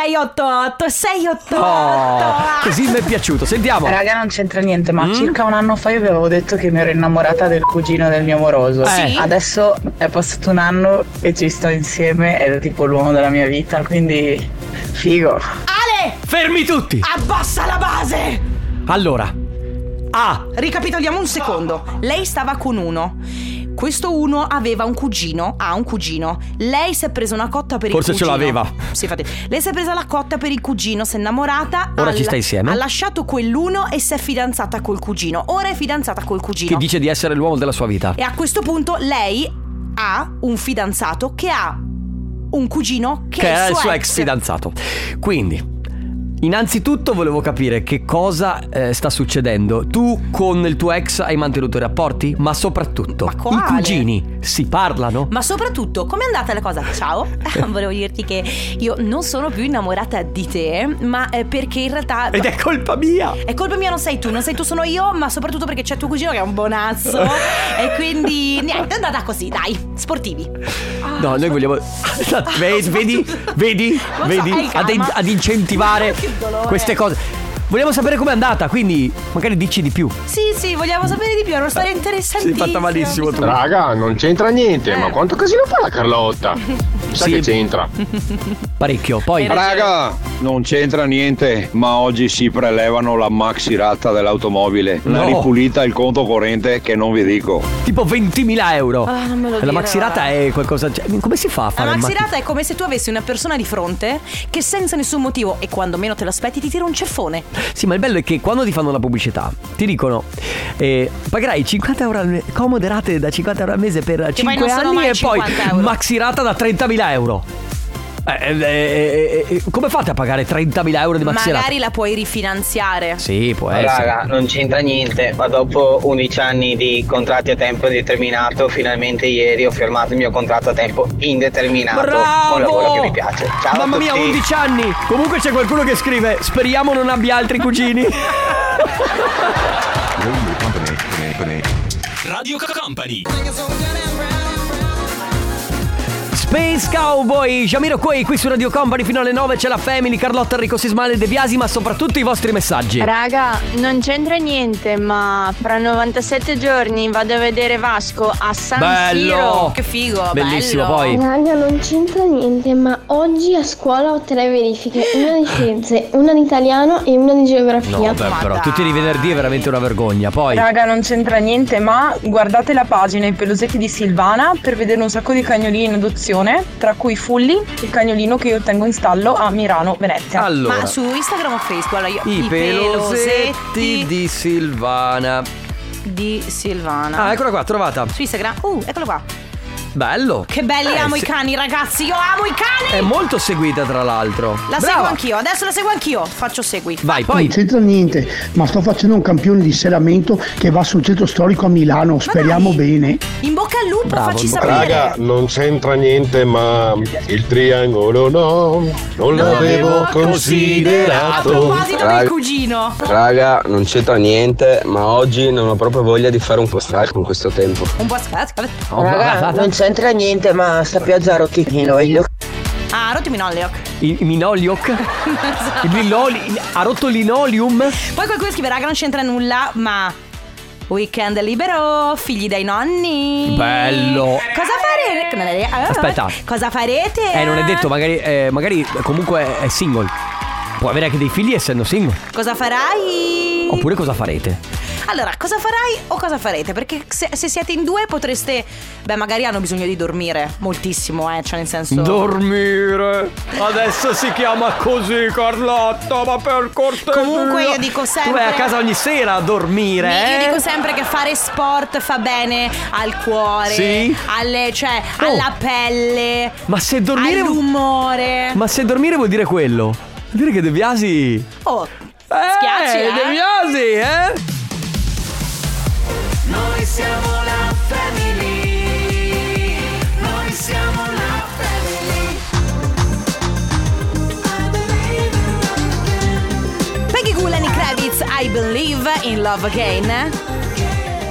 S2: 2688 688
S1: Oh, così mi è piaciuto. Sentiamo.
S19: Raga, non c'entra niente, ma
S1: Mm?
S19: circa un anno fa io vi avevo detto che mi ero innamorata del cugino del mio amoroso.
S1: Sì.
S19: Adesso è passato un anno e ci sto insieme ed è tipo l'uomo della mia vita, quindi figo.
S2: Ale!
S1: Fermi tutti!
S2: Abbassa la base!
S1: Allora, Ah!
S2: Ricapitoliamo un secondo. Lei stava con uno. Questo uno aveva un cugino, ha un cugino. Lei si è presa una cotta per
S1: Forse
S2: il
S1: ce
S2: cugino.
S1: l'aveva.
S2: Sì, infatti. Lei si è presa la cotta per il cugino, si è innamorata.
S1: Ora
S2: ha-
S1: ci sta insieme.
S2: Ha lasciato quell'uno e si è fidanzata col cugino. Ora è fidanzata col
S1: che
S2: cugino.
S1: dice di essere l'uomo della sua vita.
S2: E a questo punto lei ha un fidanzato che ha un cugino che,
S1: che
S2: è
S1: era il suo ex fidanzato. Quindi, innanzitutto volevo capire che cosa eh, sta succedendo. Tu con il tuo ex hai mantenuto i rapporti, ma soprattutto
S2: quale?
S1: i cugini si parlano?
S2: Ma soprattutto, com'è andata la cosa? Ciao, volevo dirti che io non sono più innamorata di te, ma eh, perché in realtà...
S1: Ed è colpa mia!
S2: È colpa mia, non sei tu, non sei tu, sono io, ma soprattutto perché c'è tuo cugino che è un bonazzo. e quindi niente, è andata così, dai, sportivi. Ah,
S1: No, noi vogliamo. Vedi, vedi, vedi,
S2: Non so,
S1: vedi,
S2: hai il
S1: ad,
S2: karma.
S1: ad incentivare
S2: Che dolore.
S1: queste cose. Vogliamo sapere com'è andata, quindi magari dici di più.
S2: Sì, sì, vogliamo sapere di più, è una
S1: Ah,
S2: storia interessantissima.
S1: tu.
S16: Raga, non c'entra niente,
S2: Eh.
S16: ma quanto casino fa la Carlotta? Mi sa
S24: Sì.
S16: che c'entra.
S1: Parecchio, poi.
S24: Raga, non c'entra niente, ma oggi si prelevano la maxi ratta dell'automobile. Una
S1: No.
S24: ripulita il conto corrente che non vi dico.
S1: Tipo 20.000 euro.
S2: Ah, non me lo
S1: la
S2: dire,
S1: maxirata è qualcosa. cioè, come si fa a
S2: La
S1: fare il maxi-
S2: maxirata è come se tu avessi una persona di fronte che senza nessun motivo e quando meno te l'aspetti ti tira un ceffone.
S1: Sì, ma il bello è che quando ti fanno la pubblicità ti dicono eh, pagherai 50 euro al mese, comode rate da 50 euro al mese per
S33: poi
S1: 5
S33: non sono
S1: anni
S33: mai
S1: e poi
S33: 50 euro.
S1: maxirata da 30.000 euro. Eh, eh, eh, eh, eh, come fate a pagare 30.000 euro di maxirata?
S2: Magari la puoi rifinanziare.
S1: Sì, può essere.
S7: Raga, non c'entra niente, ma dopo 11 anni di contratti a tempo determinato, finalmente ieri ho firmato il mio contratto a tempo indeterminato
S1: Bravo!
S7: con un lavoro che mi piace. Ciao a
S1: Mamma mia,
S7: tutti.
S1: 11 anni! Comunque c'è qualcuno che scrive: Speriamo non abbia altri cugini.
S34: Radio Company.
S1: Space Cowboy, Jamiro Quay qui su Radio Company fino alle 9 c'è la Family, Carlotta Enrico Sismale De Biasi, ma soprattutto i vostri messaggi.
S35: Raga, non c'entra niente, ma fra 97 giorni vado a vedere Vasco a San
S1: Bello!
S35: Siro. Che figo,
S1: Bellissimo, poi.
S16: Raga, non c'entra niente, ma oggi a scuola ho tre verifiche, una di scienze, una di italiano e una di
S1: No,
S16: geografia.
S1: vabbè, però tutti di venerdì è veramente una vergogna. Poi
S19: Raga, non c'entra niente, ma guardate la pagina I pelosetti di Silvana per vedere un sacco di cagnolini in adozione, tra cui Fully, il cagnolino che io tengo in stallo a Mirano, Venezia.
S1: Allora.
S2: Ma su Instagram o Facebook? Allora, io,
S1: i pelosetti di Silvana.
S2: di Silvana.
S1: Ah, eccola qua, trovata.
S2: Su Instagram. Uh, eccolo qua.
S1: Bello.
S2: Che belli,
S1: Eh,
S2: amo i
S1: se-
S2: cani, ragazzi. Io amo i cani.
S1: È molto seguita, tra l'altro.
S2: La
S1: Brava.
S2: seguo anch'io, adesso la seguo anch'io. Faccio segui.
S1: Vai,
S36: Non
S1: poi.
S36: c'entra niente, ma sto facendo un campione di serramento che va sul centro storico a Milano, speriamo bene.
S2: In bocca al lupo, facci sapere.
S24: Raga, non c'entra niente, ma il triangolo no, non l'avevo considerato.
S2: Quasi da mio
S24: Raga,
S2: cugino.
S24: raga, non c'entra niente, ma oggi non ho proprio voglia di fare un postral con questo tempo.
S2: Un po' scat.
S22: Oh, Raga, non c'entra niente, ma sta pioggia rottimino l'oglio.
S2: Ah, rotiminolleoc.
S1: I, i minolioc.
S2: Esatto.
S1: il linoli- ha rotto il linolium.
S2: Poi qualcuno scrive, raga, non c'entra nulla, ma... Weekend libero, figli dai nonni.
S1: Bello.
S2: Cosa farete?
S1: Aspetta.
S2: Cosa farete?
S1: Eh, non è detto, magari, eh, magari comunque è- è single. Può avere anche dei figli essendo single.
S2: Cosa farai?
S1: Oppure cosa farete?
S2: Allora, cosa farai o cosa farete? Perché se, se siete in due potreste... Beh, magari hanno bisogno di dormire moltissimo, eh. Cioè, nel senso...
S1: Dormire. Adesso si chiama così, Carlotta, ma per cortesia.
S2: Comunque io dico
S1: Tu vai
S2: sempre-
S1: a casa ogni sera a dormire,
S2: Mi- Io
S1: eh?
S2: dico sempre che fare sport fa bene al cuore,
S1: Sì? Oh.
S2: alle- cioè, alla pelle,
S1: Ma se dormire
S2: all'umore.
S1: Ma se dormire vuol dire quello. Vuol dire che De Biasi
S2: Oh,
S1: schiacci, eh? De Biasi, eh?
S37: Noi siamo la family. Noi siamo la family.
S2: Peggy Gulen i Kravitz, I Believe in Love Again.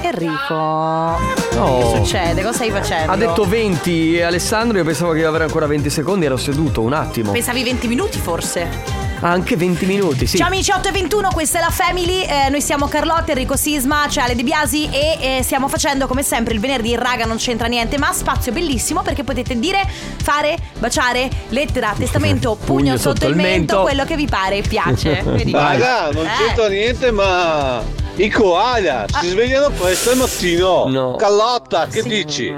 S2: Enrico,
S1: No.
S2: che succede? Cosa stai facendo?
S1: Oh. Ha detto 20 e Alessandro, io pensavo che iba avere ancora 20 secondi, ero seduto un attimo.
S2: Pensavi 20 minuti forse?
S1: Anche 20 minuti, sì.
S2: Ciao amici 8 e 21, questa è la Family, eh, noi siamo Carlotta, Enrico Sisma, c'è Ale De Biasi e eh, stiamo facendo come sempre il venerdì, raga non c'entra niente, ma spazio bellissimo perché potete dire, fare, baciare, lettera, testamento, pugno, sotto, il mento, quello che vi pare e piace. Vedi?
S38: Raga, non
S2: Eh.
S38: c'entra niente, ma i koala si svegliano presto al mattino. Callotta, che dici?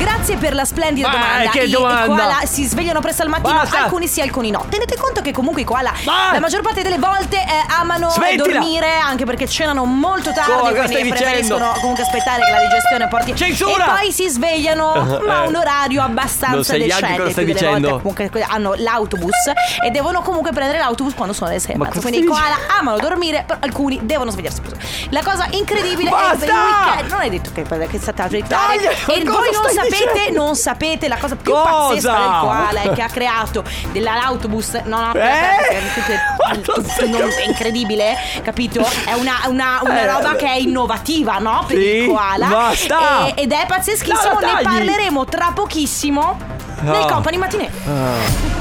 S2: Grazie per la splendida
S38: Ma,
S2: domanda.
S38: che
S2: I-
S38: domanda?
S2: I koala si svegliano presto al mattino,
S38: Basta!
S2: alcuni sì, alcuni no. Tenete conto che comunque i koala la maggior parte delle volte eh, amano
S1: Smettila!
S2: dormire anche perché cenano molto tardi,
S1: Cosa
S2: quindi
S1: stai
S2: preferiscono
S1: dicendo?
S2: comunque aspettare che la digestione porti
S1: Censura! Eh.
S2: e poi si svegliano ma a un orario abbastanza
S1: Non sai neanche
S2: decente.
S1: cosa stai
S2: più delle
S1: dicendo.
S2: volte comunque hanno l'autobus e devono comunque prendere l'autobus quando sono le 6 e
S1: Ma
S2: mezza.
S1: cosa
S2: Quindi i
S1: stai
S2: koala amano dormire, però alcuni devono svegliarsi. La cosa incredibile è che per il
S1: Basta!
S2: weekend non è detto che, che state a giocare
S1: Dai, ma
S2: e
S1: cosa
S2: voi non
S1: stai
S2: sapete,
S1: dicendo?
S2: non sapete la cosa più
S1: Cosa?
S2: pazzesca del quale che ha creato dell'autobus. No,
S1: Eh?
S2: no, è incredibile, capito? È una, una- una
S1: Eh.
S2: roba che è innovativa, no? Per
S1: Sì,
S2: il koala.
S1: basta.
S2: E- ed è pazzeschissimo,
S1: No, la
S2: ne
S1: tagli.
S2: parleremo tra pochissimo
S1: No.
S2: nel company matinee.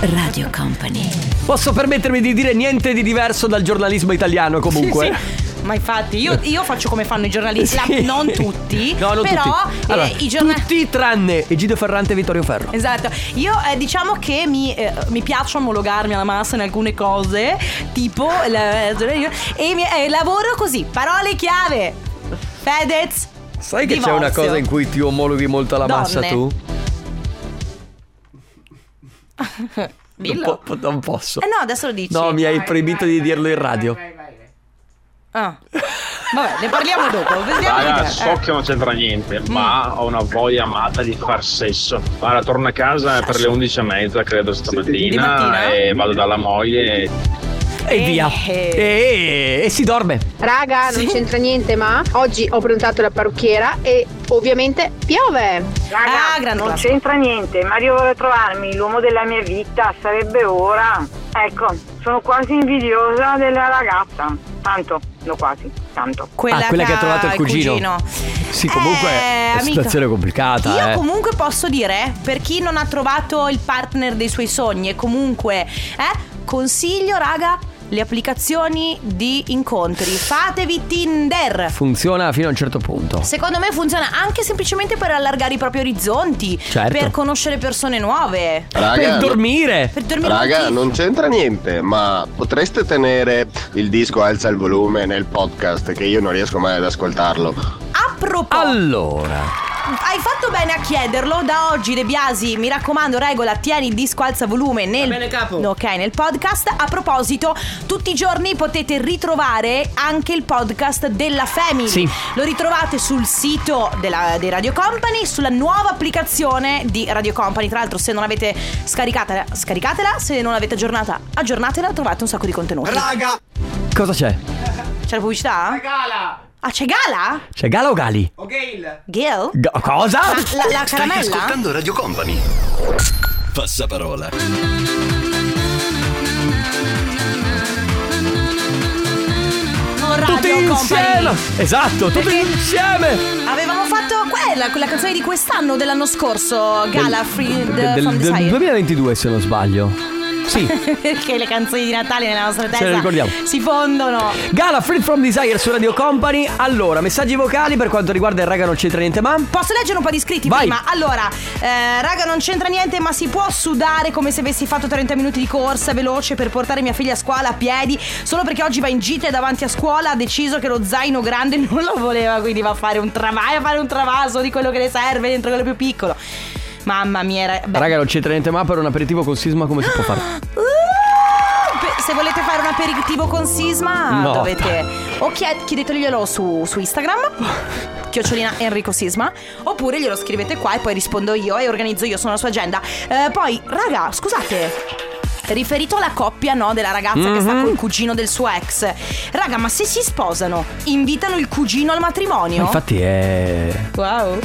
S39: Radio Company.
S1: Posso permettermi di dire niente di diverso dal giornalismo italiano comunque?
S2: Sì, sì. Ma infatti io, io faccio come fanno i giornalisti, la-
S1: Sì.
S2: non tutti,
S1: No, non
S2: però
S1: tutti.
S2: eh,
S1: Allora,
S2: i giornalisti...
S1: tutti tranne Egidio Ferrante e Vittorio Ferro.
S2: Esatto, io eh, diciamo che mi, eh, mi piace omologarmi alla massa in alcune cose, tipo la- e mi- eh, lavoro così, parole chiave. Fedez.
S1: Sai che c'è una cosa in cui ti omologhi molto alla massa
S2: Donne.
S1: tu? Non, po- non posso.
S2: Eh no, adesso lo dici.
S1: No, mi hai proibito di dirlo in radio.
S2: Ah. Vabbè, ne parliamo dopo. Vediamo
S1: Ah,
S2: di
S24: Raga,
S2: te.
S24: so che non c'entra niente,
S1: Mm.
S24: ma ho una voglia amata di far sesso. Guarda, torno a casa per le 11.30, credo,
S1: Di
S24: stamattina
S1: mattina?
S24: e vado dalla moglie.
S1: E via.
S2: Eh.
S1: E, e si dorme.
S40: Raga, non c'entra niente, ma oggi ho prenotato la parrucchiera e ovviamente piove.
S2: Ah,
S19: Raga, non c'entra niente. Mario vuole trovarmi, l'uomo della mia vita, sarebbe ora. Ecco, sono quasi invidiosa della ragazza. Tanto, no quasi, tanto.
S1: ah, quella che ha trovato il cugino. Sì, comunque è una
S2: Eh, amico,
S1: situazione complicata.
S2: Io
S1: eh.
S2: comunque posso dire, per chi non ha trovato il partner dei suoi sogni e comunque, eh, consiglio raga, le applicazioni di incontri. Fatevi Tinder.
S1: Funziona fino a un certo punto.
S2: Secondo me funziona anche semplicemente per allargare i propri orizzonti,
S1: Certo.
S2: per conoscere persone nuove.
S41: Raga,
S1: Per
S41: no-
S1: dormire.
S2: Per dormire
S41: Raga,
S2: con chi?
S41: non c'entra niente, ma potreste tenere il disco alza il volume nel podcast che io non riesco mai ad ascoltarlo.
S2: A proposito
S1: Allora.
S2: Hai fatto bene a chiederlo. Da oggi De Biasi, mi raccomando, regola, tieni il disco alza volume nel, Ok, nel podcast. A proposito, tutti i giorni potete ritrovare anche il podcast della Family.
S1: Sì.
S2: Lo ritrovate sul sito della, dei Radio Company, sulla nuova applicazione di Radio Company. Tra l'altro, se non l'avete scaricata, scaricatela. Se non l'avete aggiornata, aggiornatela. Trovate un sacco di contenuti.
S1: Raga! Cosa c'è?
S2: C'è la pubblicità? C'è gala! Ah, c'è gala?
S1: C'è Gala o Gali?
S2: Gil?
S1: Ga- cosa?
S2: La, la caramella?
S42: Stai ascoltando Radio Company. Passaparola.
S2: No, Radio
S1: Tutti
S2: Company.
S1: insieme! Esatto, tutti insieme!
S2: Avevamo fatto quella, quella canzone di quest'anno, dell'anno scorso, Gala Free
S1: Del-
S2: the- from
S1: del
S2: Desire.
S1: 2022 se non sbaglio. Sì.
S2: Perché le canzoni di Natale nella nostra testa
S1: le ricordiamo.
S2: si fondono.
S1: Gala Free from Desire su Radio Company. Allora, messaggi vocali per quanto riguarda il raga non c'entra niente ma.
S2: Posso leggere un po' di scritti
S1: Vai.
S2: prima? Allora, eh, raga, non c'entra niente, ma si può sudare come se avessi fatto 30 minuti di corsa veloce per portare mia figlia a scuola a piedi. Solo perché oggi va in gita e davanti a scuola ha deciso che lo zaino grande non lo voleva, quindi va a fare un travaglio, a fare un travaso di quello che le serve dentro quello più piccolo. Mamma mia, ra- beh,
S1: Raga non c'entra niente ma per un aperitivo con sisma come si può fare?
S2: Pe- Se volete fare un aperitivo con Sisma,
S1: No.
S2: dovete. O chied- chiedeteglielo su, su Instagram, chiocciolina Enrico Sisma, oppure glielo scrivete qua e poi rispondo io e organizzo io, sono la sua agenda. Eh, poi, raga, scusate. Riferito alla coppia, no, della ragazza che
S1: Mhm.
S2: sta col cugino del suo ex. Raga, ma se si sposano, invitano il cugino al matrimonio?
S1: Ma infatti è.
S2: Wow.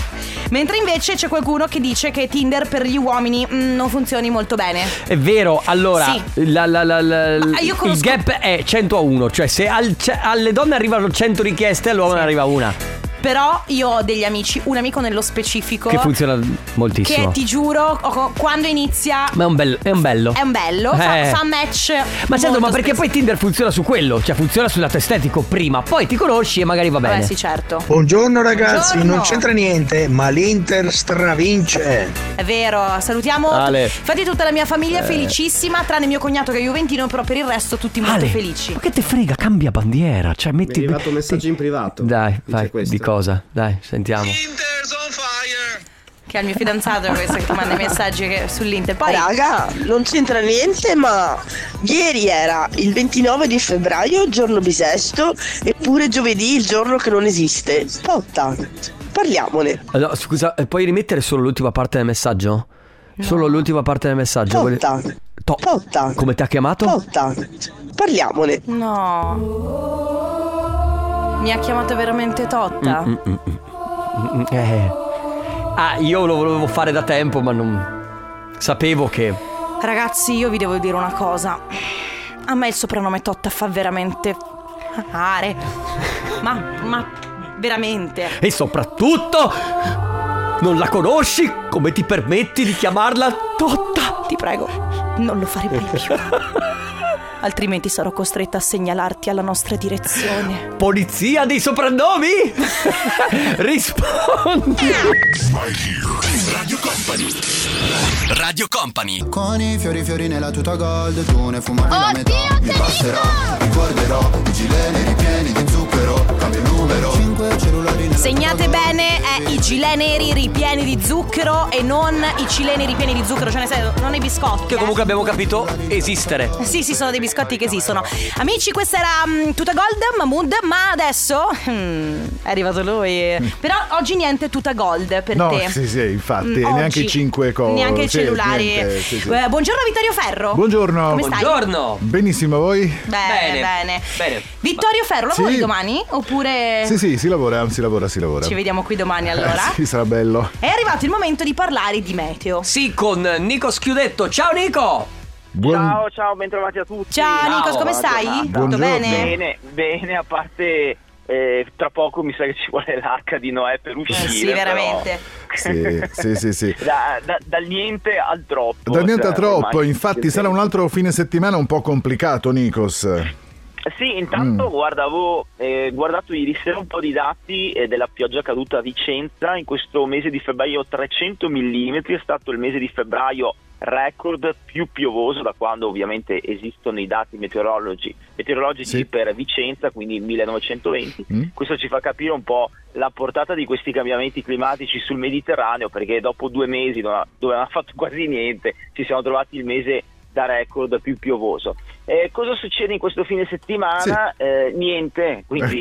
S2: Mentre invece c'è qualcuno che dice che Tinder per gli uomini mm, non funzioni molto bene.
S1: È vero, allora la- la- la- la-
S2: Ah, io conosco-
S1: il gap è 100 a 1, cioè se al- ce- alle donne arrivano 100 richieste all'uomo ne arriva una,
S2: Però io ho degli amici, un amico nello specifico.
S1: che funziona moltissimo.
S2: Che ti giuro, o- o- quando inizia.
S1: Ma è un, bel- è un bello.
S2: È un bello, fa,
S1: Eh.
S2: fa match.
S1: Ma
S2: molto
S1: certo, ma perché
S2: spesso.
S1: poi Tinder funziona su quello, cioè funziona sul lato estetico prima, poi ti conosci e magari va bene.
S2: Vabbè, sì, certo.
S7: Buongiorno ragazzi,
S2: Buongiorno.
S7: non c'entra niente, ma l'Inter stravince.
S2: È vero, salutiamo.
S7: Ale.
S2: Infatti, tutta la mia famiglia è
S7: Eh.
S2: felicissima, tranne mio cognato che è juventino, però per il resto tutti molto
S1: Ale,
S2: felici.
S1: Ma che te frega, cambia bandiera, cioè metti...
S43: Mi è arrivato un messaggio in privato.
S1: Dai, vai, di cosa? Dai, sentiamo.
S2: Che è il mio fidanzato questo che ti manda i messaggi che- sull'Inter. Poi,
S22: Eh, Raga, non c'entra niente, ma ieri era il 29 di febbraio, giorno bisesto, eppure giovedì il giorno che non esiste. Potta, parliamone.
S1: Allora, scusa, eh, puoi rimettere solo l'ultima parte del messaggio? Solo l'ultima parte del messaggio. vuole- To- Come ti ha chiamato?
S22: Parliamone.
S2: No. Mi ha chiamato veramente Totta.
S1: Mm, mm, mm, mm, mm, eh. Ah, io lo volevo fare da tempo, ma non. Sapevo che.
S2: Ragazzi, io vi devo dire una cosa. A me il soprannome Totta fa veramente are. Ma, ma veramente.
S1: E soprattutto. Non la conosci? Come ti permetti di chiamarla Totta?
S2: Ti prego, non lo farei mai più. Altrimenti sarò costretta a segnalarti alla nostra direzione.
S1: Polizia dei soprannomi? Rispondi.
S42: Radio Company. Radio Company.
S16: Con i fiori fiori nella tuta gold Tu ne fumavi la metà Mi passerò, ricorderò I gilet ripieni di zucchero Cambio il numero Cinque cellulari nel
S2: Segnate bene è i gilet neri ripieni di zucchero e non i cileni ripieni di zucchero, cioè nel senso, non i biscotti.
S1: Che comunque abbiamo capito esistere.
S2: Sì, sì, sono dei biscotti che esistono. Amici, questa era mm, tutta gold, Mahmood, ma adesso mm, è arrivato lui. Però oggi niente tutta gold per
S4: No,
S2: te.
S4: sì, sì, infatti,
S2: Mm,
S4: e neanche
S2: oggi
S4: i cinque cose.
S2: Neanche i
S4: sì,
S2: cellulari.
S4: niente, sì, sì.
S2: Eh, buongiorno Vittorio Ferro.
S4: Buongiorno.
S2: Come stai?
S4: Benissimo, voi?
S2: Bene, bene. Vittorio Ferro, lavori
S4: Sì.
S2: domani? Oppure
S4: Sì, sì, si lavora, si lavora, si lavora.
S2: ci vediamo qui domani allora?
S4: Eh, sì, sarà bello.
S2: È arrivato il momento di parlare di meteo.
S1: Sì, con Nico Schiudetto. Ciao Nico!
S7: Ciao, ciao, bentrovati a tutti.
S2: Ciao, Ciao, Nikos, come
S7: buona
S2: stai?
S7: giornata.
S2: Tutto bene?
S7: Bene, bene, a parte eh, tra poco mi sa che ci vuole l'arca di Noè per uscire.
S2: Eh sì,
S7: però.
S2: veramente.
S4: Sì, sì, sì, sì.
S7: Da, da- dal niente al troppo.
S4: Da niente
S7: cioè,
S4: a troppo,
S7: ormai-
S4: infatti sarà un altro fine settimana un po' complicato, Nikos.
S7: Sì, intanto guardavo, eh, guardato ieri sera un po' di dati eh, della pioggia caduta a Vicenza, in questo mese di febbraio 300 mm, è stato il mese di febbraio record più piovoso da quando ovviamente esistono i dati meteorologi- meteorologici per Vicenza, quindi 1920.
S4: Mm.
S7: Questo ci fa capire un po' la portata di questi cambiamenti climatici sul Mediterraneo, perché dopo due mesi non ha- dove non ha fatto quasi niente, ci siamo trovati il mese da record più piovoso. Eh, cosa succede in questo fine settimana? Eh, niente, quindi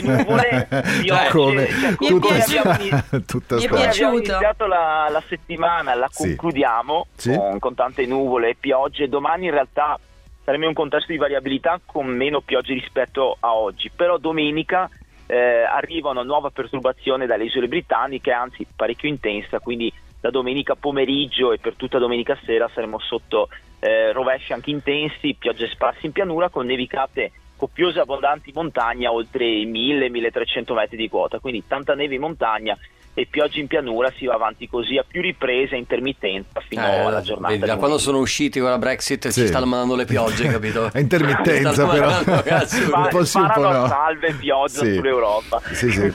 S7: nuvole. piogge,
S4: Ecco. Come?
S7: cioè, come
S4: Tutta
S7: abbiamo
S4: sta- tutta sta-
S7: come abbiamo iniziato la, la settimana, la
S4: Sì.
S7: concludiamo
S4: Sì.
S7: Con, con tante nuvole e piogge. Domani in realtà saremo in un contesto di variabilità con meno piogge rispetto a oggi, però domenica eh, arriva una nuova perturbazione dalle isole britanniche, anzi parecchio intensa, quindi da domenica pomeriggio e per tutta domenica sera saremo sotto eh, rovesci anche intensi, piogge sparse in pianura con nevicate copiose e abbondanti in montagna oltre i 1000-1300 metri di quota, quindi tanta neve in montagna e piogge in pianura si va avanti così a più riprese a intermittenza fino
S1: Eh,
S7: alla giornata.
S1: vedi,
S7: di
S1: da quando sono usciti con la Brexit
S4: Sì.
S1: ci stanno mandando le piogge, capito?
S4: È intermittenza,
S1: Ci stanno
S4: però.
S1: mandando, cazzo,
S4: Un po' sì, un po'
S7: Sparano
S4: no.
S7: a salve pioggia
S4: Sì.
S7: sull'Europa.
S4: Sì, sì.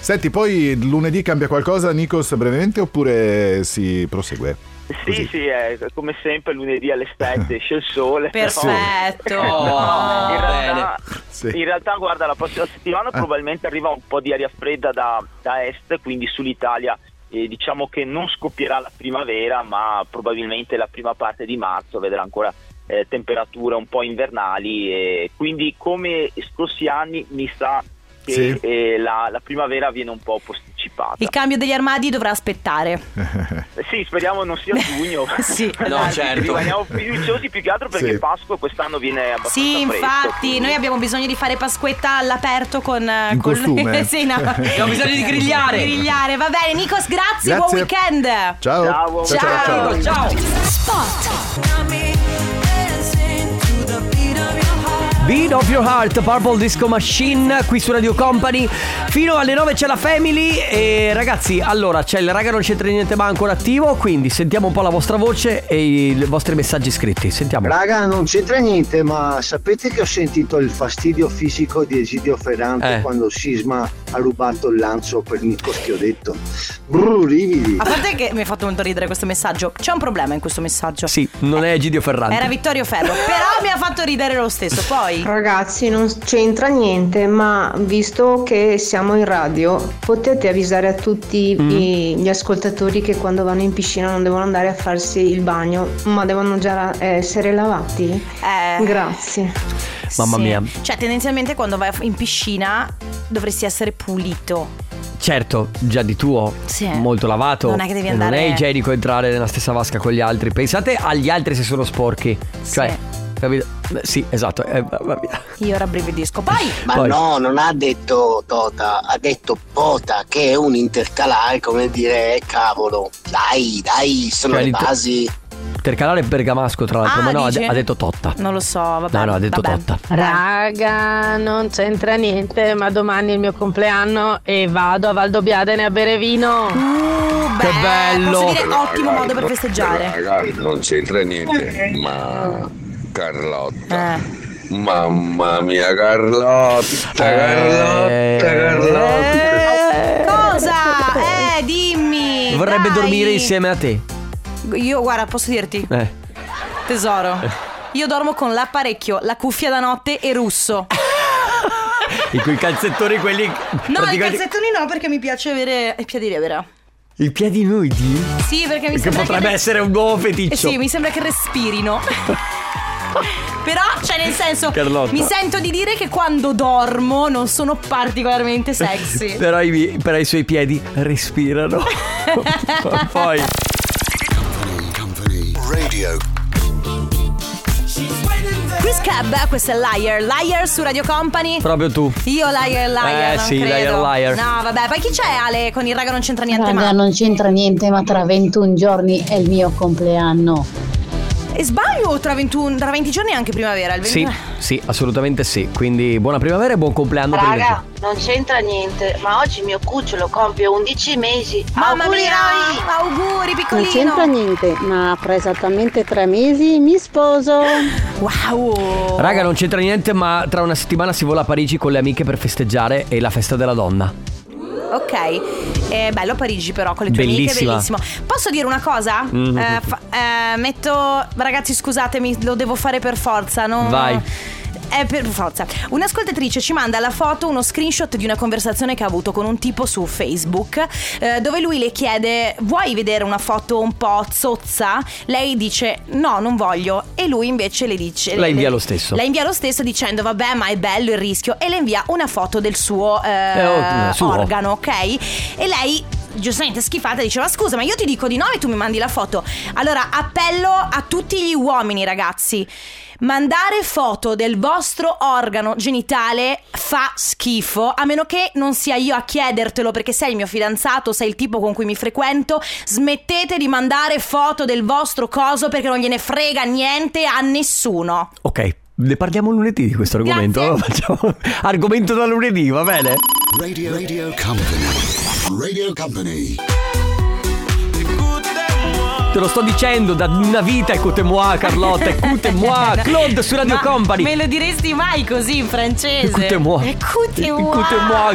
S4: Senti, poi lunedì cambia qualcosa, Nikos, brevemente, oppure si prosegue?
S7: Sì, sì, eh, come sempre lunedì alle 7 esce il sole. però-
S2: Perfetto.
S7: No, in, realtà,
S4: Sì. Ah.
S7: in realtà, guarda, la prossima settimana probabilmente arriva un po' di aria fredda da, da est, quindi sull'Italia eh, diciamo che non scoppierà la primavera, ma probabilmente la prima parte di marzo vedrà ancora eh, temperature un po' invernali. e quindi come scorsi anni mi sa che
S4: Sì.
S7: eh, la, la primavera viene un po' posticipata. Eh,
S2: Il cambio degli armadi dovrà aspettare.
S7: Sì, speriamo non sia giugno.
S2: sì,
S1: No, certo.
S7: Rimaniamo fiduciosi più che altro perché
S4: Sì.
S7: Pasqua quest'anno viene abbastanza
S2: Sì,
S7: presto,
S2: infatti,
S7: quindi-
S2: noi abbiamo bisogno di fare Pasquetta all'aperto con eh,
S4: In
S2: con-
S4: costume.
S2: sì, no.
S4: Abbiamo
S1: bisogno di grigliare.
S2: Di grigliare. Va bene, Nikos, grazie,
S4: Grazie.
S2: buon weekend.
S4: Ciao. Ciao, ciao, ciao. Ciao.
S1: Beat of Your Heart, Purple Disco Machine, qui su Radio Company. Fino alle 9 c'è la Family e ragazzi, allora c'è il raga non c'entra niente ma ancora attivo, quindi sentiamo un po' la vostra voce e i i vostri messaggi scritti. Sentiamo.
S44: Raga, non c'entra niente, ma sapete che ho sentito il fastidio fisico di Esidio Ferrante
S1: Eh.
S44: quando Sisma ha rubato il lancio per Nico Schiodetto? Brr, rividi.
S2: A parte che mi ha fatto molto ridere questo messaggio. C'è un problema in questo messaggio.
S1: Sì, non è Egidio Ferrante.
S2: Eh, Era Vittorio Ferro, però mi ha fatto ridere lo stesso. Poi
S16: Ragazzi, non c'entra niente, ma visto che siamo in radio, potete avvisare a tutti
S1: Mm.
S16: i- gli ascoltatori che quando vanno in piscina non devono andare a farsi il bagno, ma devono già la- essere lavati? Eh. Grazie.
S1: Mamma
S2: Sì.
S1: mia.
S2: eh, Cioè, tendenzialmente quando vai in piscina dovresti essere pulito.
S1: Certo, già di tuo,
S2: Sì.
S1: molto lavato.
S2: Non è che devi
S1: e
S2: andare-
S1: Non è igienico entrare nella stessa vasca con gli altri. Pensate agli altri se sono sporchi. Cioè, capito? Beh, Sì, esatto. eh, va- va via.
S2: Io ora brividisco. Poi
S45: Ma
S1: Poi.
S45: no, non ha detto Tota, ha detto Pota, che è un intercalare, come dire, eh, cavolo, dai, dai, sono
S1: Cioè,
S45: le
S1: l'inter-
S45: basi.
S1: Intercalare bergamasco, tra l'altro.
S45: Ah,
S1: ma no, ha de-
S45: dici?
S1: ha detto Totta.
S2: Non lo so, vabbè.
S1: No, no, ha detto
S2: vabbè.
S1: Totta.
S19: Raga, non c'entra niente, ma domani è il mio compleanno e vado a Valdobbiadene a bere vino.
S2: che
S19: bello!
S2: Uh, Posso dire ottimo modo per festeggiare.
S24: Ragazzi, non c'entra niente, ma Carlotta.
S1: Eh.
S2: Eh.
S24: Mamma mia, Carlotta,
S2: Eh.
S24: Carlotta, Carlotta.
S2: Cosa? Eh, dimmi.
S1: Vorrebbe
S2: dai.
S1: dormire insieme a te.
S2: Io, guarda, posso dirti,
S1: Eh.
S2: tesoro. Io dormo con l'apparecchio, la cuffia da notte e russo.
S1: I quei calzettoni quelli.
S2: No, i
S1: praticamente-
S2: calzettoni no, perché mi piace avere i piedi liberi.
S1: I piedi nudi?
S2: Sì, perché mi
S1: Che
S2: sembra
S1: potrebbe
S2: che...
S1: essere un nuovo feticcio.
S2: Eh sì, mi sembra che respirino. Però, cioè, nel senso,
S1: Carlotta.
S2: mi sento di dire che quando dormo non sono particolarmente sexy.
S1: Però i, però i suoi piedi respirano. Poi.
S46: Radio.
S2: Chris Cab, questo è Liar. Liar su Radio Company.
S1: Proprio tu.
S2: Io liar liar.
S1: Eh,
S2: non
S1: sì, liar,
S2: credo.
S1: liar.
S2: No, vabbè, poi chi c'è Ale con il raga non c'entra niente
S19: Raga,
S2: ma.
S19: non c'entra niente, ma tra 21 giorni è il mio compleanno.
S2: E sbaglio o tra, 21, tra 20 giorni è anche primavera? Il 20...
S1: Sì, sì, assolutamente sì. Quindi buona primavera e buon compleanno per il
S16: Raga, non c'entra niente, ma oggi mio cucciolo compie 11 mesi.
S2: Mamma
S16: Auguri,
S2: mia,
S16: Rai!
S2: auguri
S19: Non c'entra
S2: piccolino.
S19: niente, ma fra esattamente tre mesi mi sposo.
S2: Wow.
S1: Raga, non c'entra niente, ma tra una settimana si vola a Parigi con le amiche per festeggiare e la festa della donna.
S2: Ok, è bello Parigi però con le tue
S1: Bellissima.
S2: amiche, bellissimo. Posso dire una cosa?
S1: Mhm.
S2: Eh, fa- eh, metto, ragazzi scusatemi, lo devo fare per forza, non...
S1: Vai.
S2: È per forza. Un'ascoltatrice ci manda la foto, uno screenshot di una conversazione che ha avuto con un tipo su Facebook, eh, dove lui le chiede: Vuoi vedere una foto un po' zozza? Lei dice: No, non voglio. E lui invece le dice:
S1: La
S2: le-
S1: invia
S2: le-
S1: lo stesso.
S2: La invia lo stesso dicendo: Vabbè, ma è bello il rischio. E le invia una foto del suo eh,
S1: ottimo, suo.
S2: organo, ok? E lei. Giustamente schifata dice ma scusa ma io ti dico di no e tu mi mandi la foto Allora appello a tutti gli uomini ragazzi Mandare foto del vostro organo genitale fa schifo A meno che non sia io a chiedertelo perché sei il mio fidanzato Sei il tipo con cui mi frequento Smettete di mandare foto del vostro coso perché non gliene frega niente a nessuno
S1: Ok, ne parliamo lunedì di questo argomento. Facciamo- argomento da lunedì, va bene?
S46: Radio, radio company. Radio company.
S1: Te lo sto dicendo da una vita, écoutez moi, Carlotta, écoutez moi, Claude su Radio
S2: Ma
S1: Company.
S2: Me lo diresti mai così in francese?
S1: Écoutez-moi.
S2: Écoutez-moi.
S1: Écoutez-moi,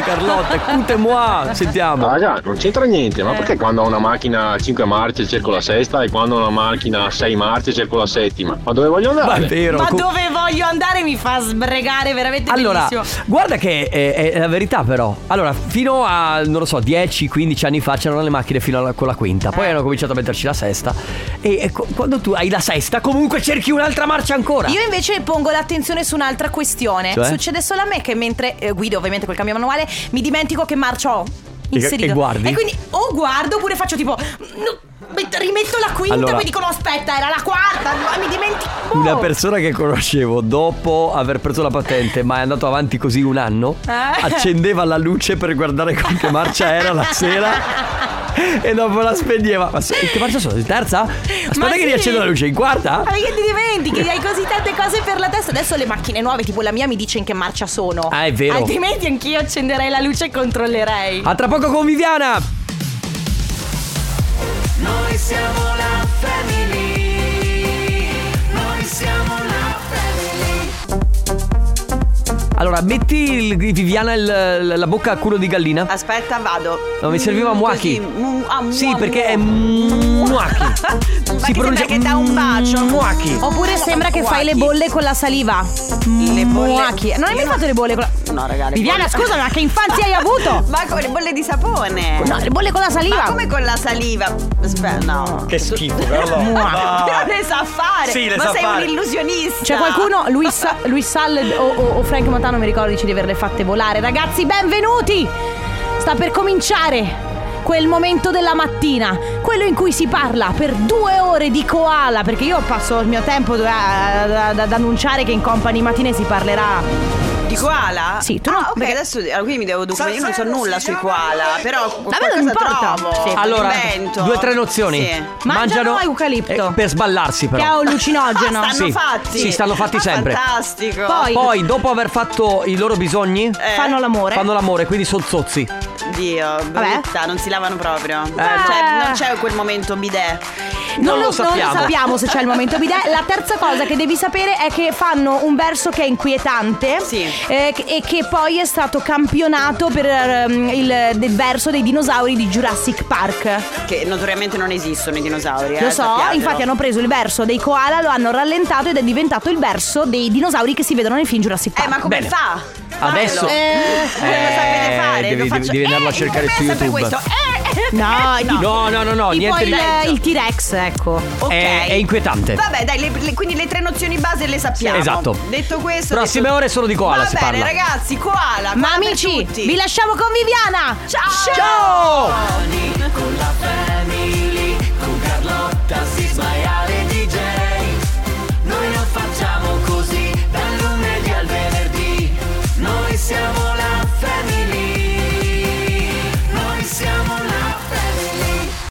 S1: Carlotta, écoutez-moi. Sentiamo.
S24: Raga, non c'entra niente,
S2: Eh.
S24: ma perché quando ho una macchina a 5 marce cerco la sesta e quando ho una macchina a 6 marce cerco la settima? Ma dove voglio andare?
S1: Ma è vero.
S2: Ma
S1: Com-
S2: dove voglio andare mi fa sbregare veramente
S1: Allora,
S2: bellissimo.
S1: guarda che è, è la verità però. Allora, fino a, non lo so, 10-15 anni fa c'erano le macchine fino alla, con la quinta,
S2: Ah.
S1: poi hanno cominciato a metterci la sesta. E, e co- quando tu hai la sesta, comunque cerchi un'altra marcia ancora.
S2: Io invece pongo l'attenzione su un'altra questione.
S1: Cioè?
S2: Succede solo a me che mentre eh, guido ovviamente col cambio manuale mi dimentico che marcia ho
S1: E-
S2: inserito.
S1: e guardi?
S2: quindi o guardo oppure faccio tipo... "No, met- rimetto la quinta
S1: Allora.
S2: e poi dico no aspetta era la quarta, no, mi dimentico.
S1: Una persona che conoscevo dopo aver preso la patente, ma è andato avanti così un anno,
S2: Eh.
S1: accendeva la luce per guardare con che marcia era la sera e dopo la spegneva. Ma se- che marcia sono? In terza? Aspetta
S2: Ma
S1: che
S2: sì.
S1: riaccendo la luce, in quarta?
S2: Ma perché ti dimentichi? Hai così tante cose per la testa. Adesso le macchine nuove, tipo la mia, mi dice in che marcia sono.
S1: Ah, è vero. Ah.
S2: Altrimenti anch'io accenderei la luce e controllerei.
S1: A tra poco con Viviana!
S47: Noi siamo la family. Noi siamo la family.
S1: Allora, metti il- Viviana il- la bocca a culo di gallina.
S22: Aspetta, vado. Mm,
S1: No, mi serviva Muaki. Sì, perché è Muaki.
S22: si pronuncia ah, che dà un bacio.
S1: Muaki.
S2: Oppure sembra che fai le bolle con la saliva.
S22: Le bolle.
S2: Muacchi. Non hai mai fatto le bolle con la. No, ragazzi. Viviana, scusa, ma che infanzia hai avuto?
S22: Ma con le bolle di sapone.
S2: No, le bolle con la saliva.
S22: Ma come con la saliva? Aspetta, no.
S1: Che schifo,
S22: Però le sa fare.
S2: Sì, le
S22: ma
S2: sa
S22: sei
S2: fare.
S22: un illusionista.
S2: C'è qualcuno, Luis, Luis Sall o, o- o Frank Montano, mi ricordo, dice di averle fatte volare. Ragazzi, benvenuti! Sta per cominciare quel momento della mattina, quello in cui si parla per due ore di koala, perché io passo il mio tempo dove- ad ad annunciare che in company mattine si parlerà.
S22: Di koala?
S2: Sì, tu
S22: ah,
S2: non-
S22: ok,
S2: perché-
S22: adesso allora, quindi mi devo documentare. Io non so nulla sui koala, però
S2: me non importa.
S22: qualcosa trovo.
S2: Sì.
S1: Allora,
S22: invento.
S1: due o tre nozioni.
S22: Sì.
S1: Mangiano,
S22: Mangiano
S1: eucalipto. per sballarsi, però.
S2: Che ha un lucinogeno.
S22: Ah, stanno
S1: Sì.
S22: fatti.
S1: Sì, stanno fatti
S22: Ah,
S1: sempre.
S22: fantastico.
S1: Poi, Poi, dopo aver fatto i loro bisogni,
S2: Eh,
S22: Fanno l'amore.
S1: Fanno l'amore, quindi sono zozzi.
S22: Dio, brutta, non si lavano proprio.
S2: Eh.
S22: Cioè, non c'è quel momento bidet.
S1: Non lo
S2: Non
S1: sappiamo.
S2: sappiamo se c'è il momento bidet. La terza cosa che devi sapere è che fanno un verso che è inquietante eh, che- e che poi è stato campionato per ehm, il del verso dei dinosauri di Jurassic Park.
S22: Che notoriamente non esistono i dinosauri.
S2: Lo
S22: eh,
S2: so,
S22: sappiatelo.
S2: infatti hanno preso il verso dei koala, lo hanno rallentato ed è diventato il verso dei dinosauri che si vedono nei film Jurassic Park.
S22: Ma Eh, come fa?
S1: Adesso
S22: Eh, quello sapete fare, lo
S1: devi,
S22: faccio-
S1: devi andarlo a
S22: Eh,
S1: cercare su
S22: sempre
S1: YouTube.
S22: questo.
S2: No,
S1: No, eh, no, eh, no, no,
S2: tipo
S1: niente
S2: il,
S1: di-
S2: il T-Rex, ecco.
S1: È- Eh, È, inquietante.
S22: Vabbè, dai, le- le- quindi le tre nozioni base le sappiamo.
S1: Esatto.
S22: Detto questo,
S1: Prossime
S22: detto-
S1: ore solo di koala
S22: Va
S1: si
S22: bene,
S1: parla.
S22: ragazzi, koala.
S2: Ma
S22: koala per
S2: amici,
S22: tutti.
S2: vi lasciamo con Viviana.
S22: Ciao!
S2: Ciao!
S48: Con la family, con Carlotta, Sisma e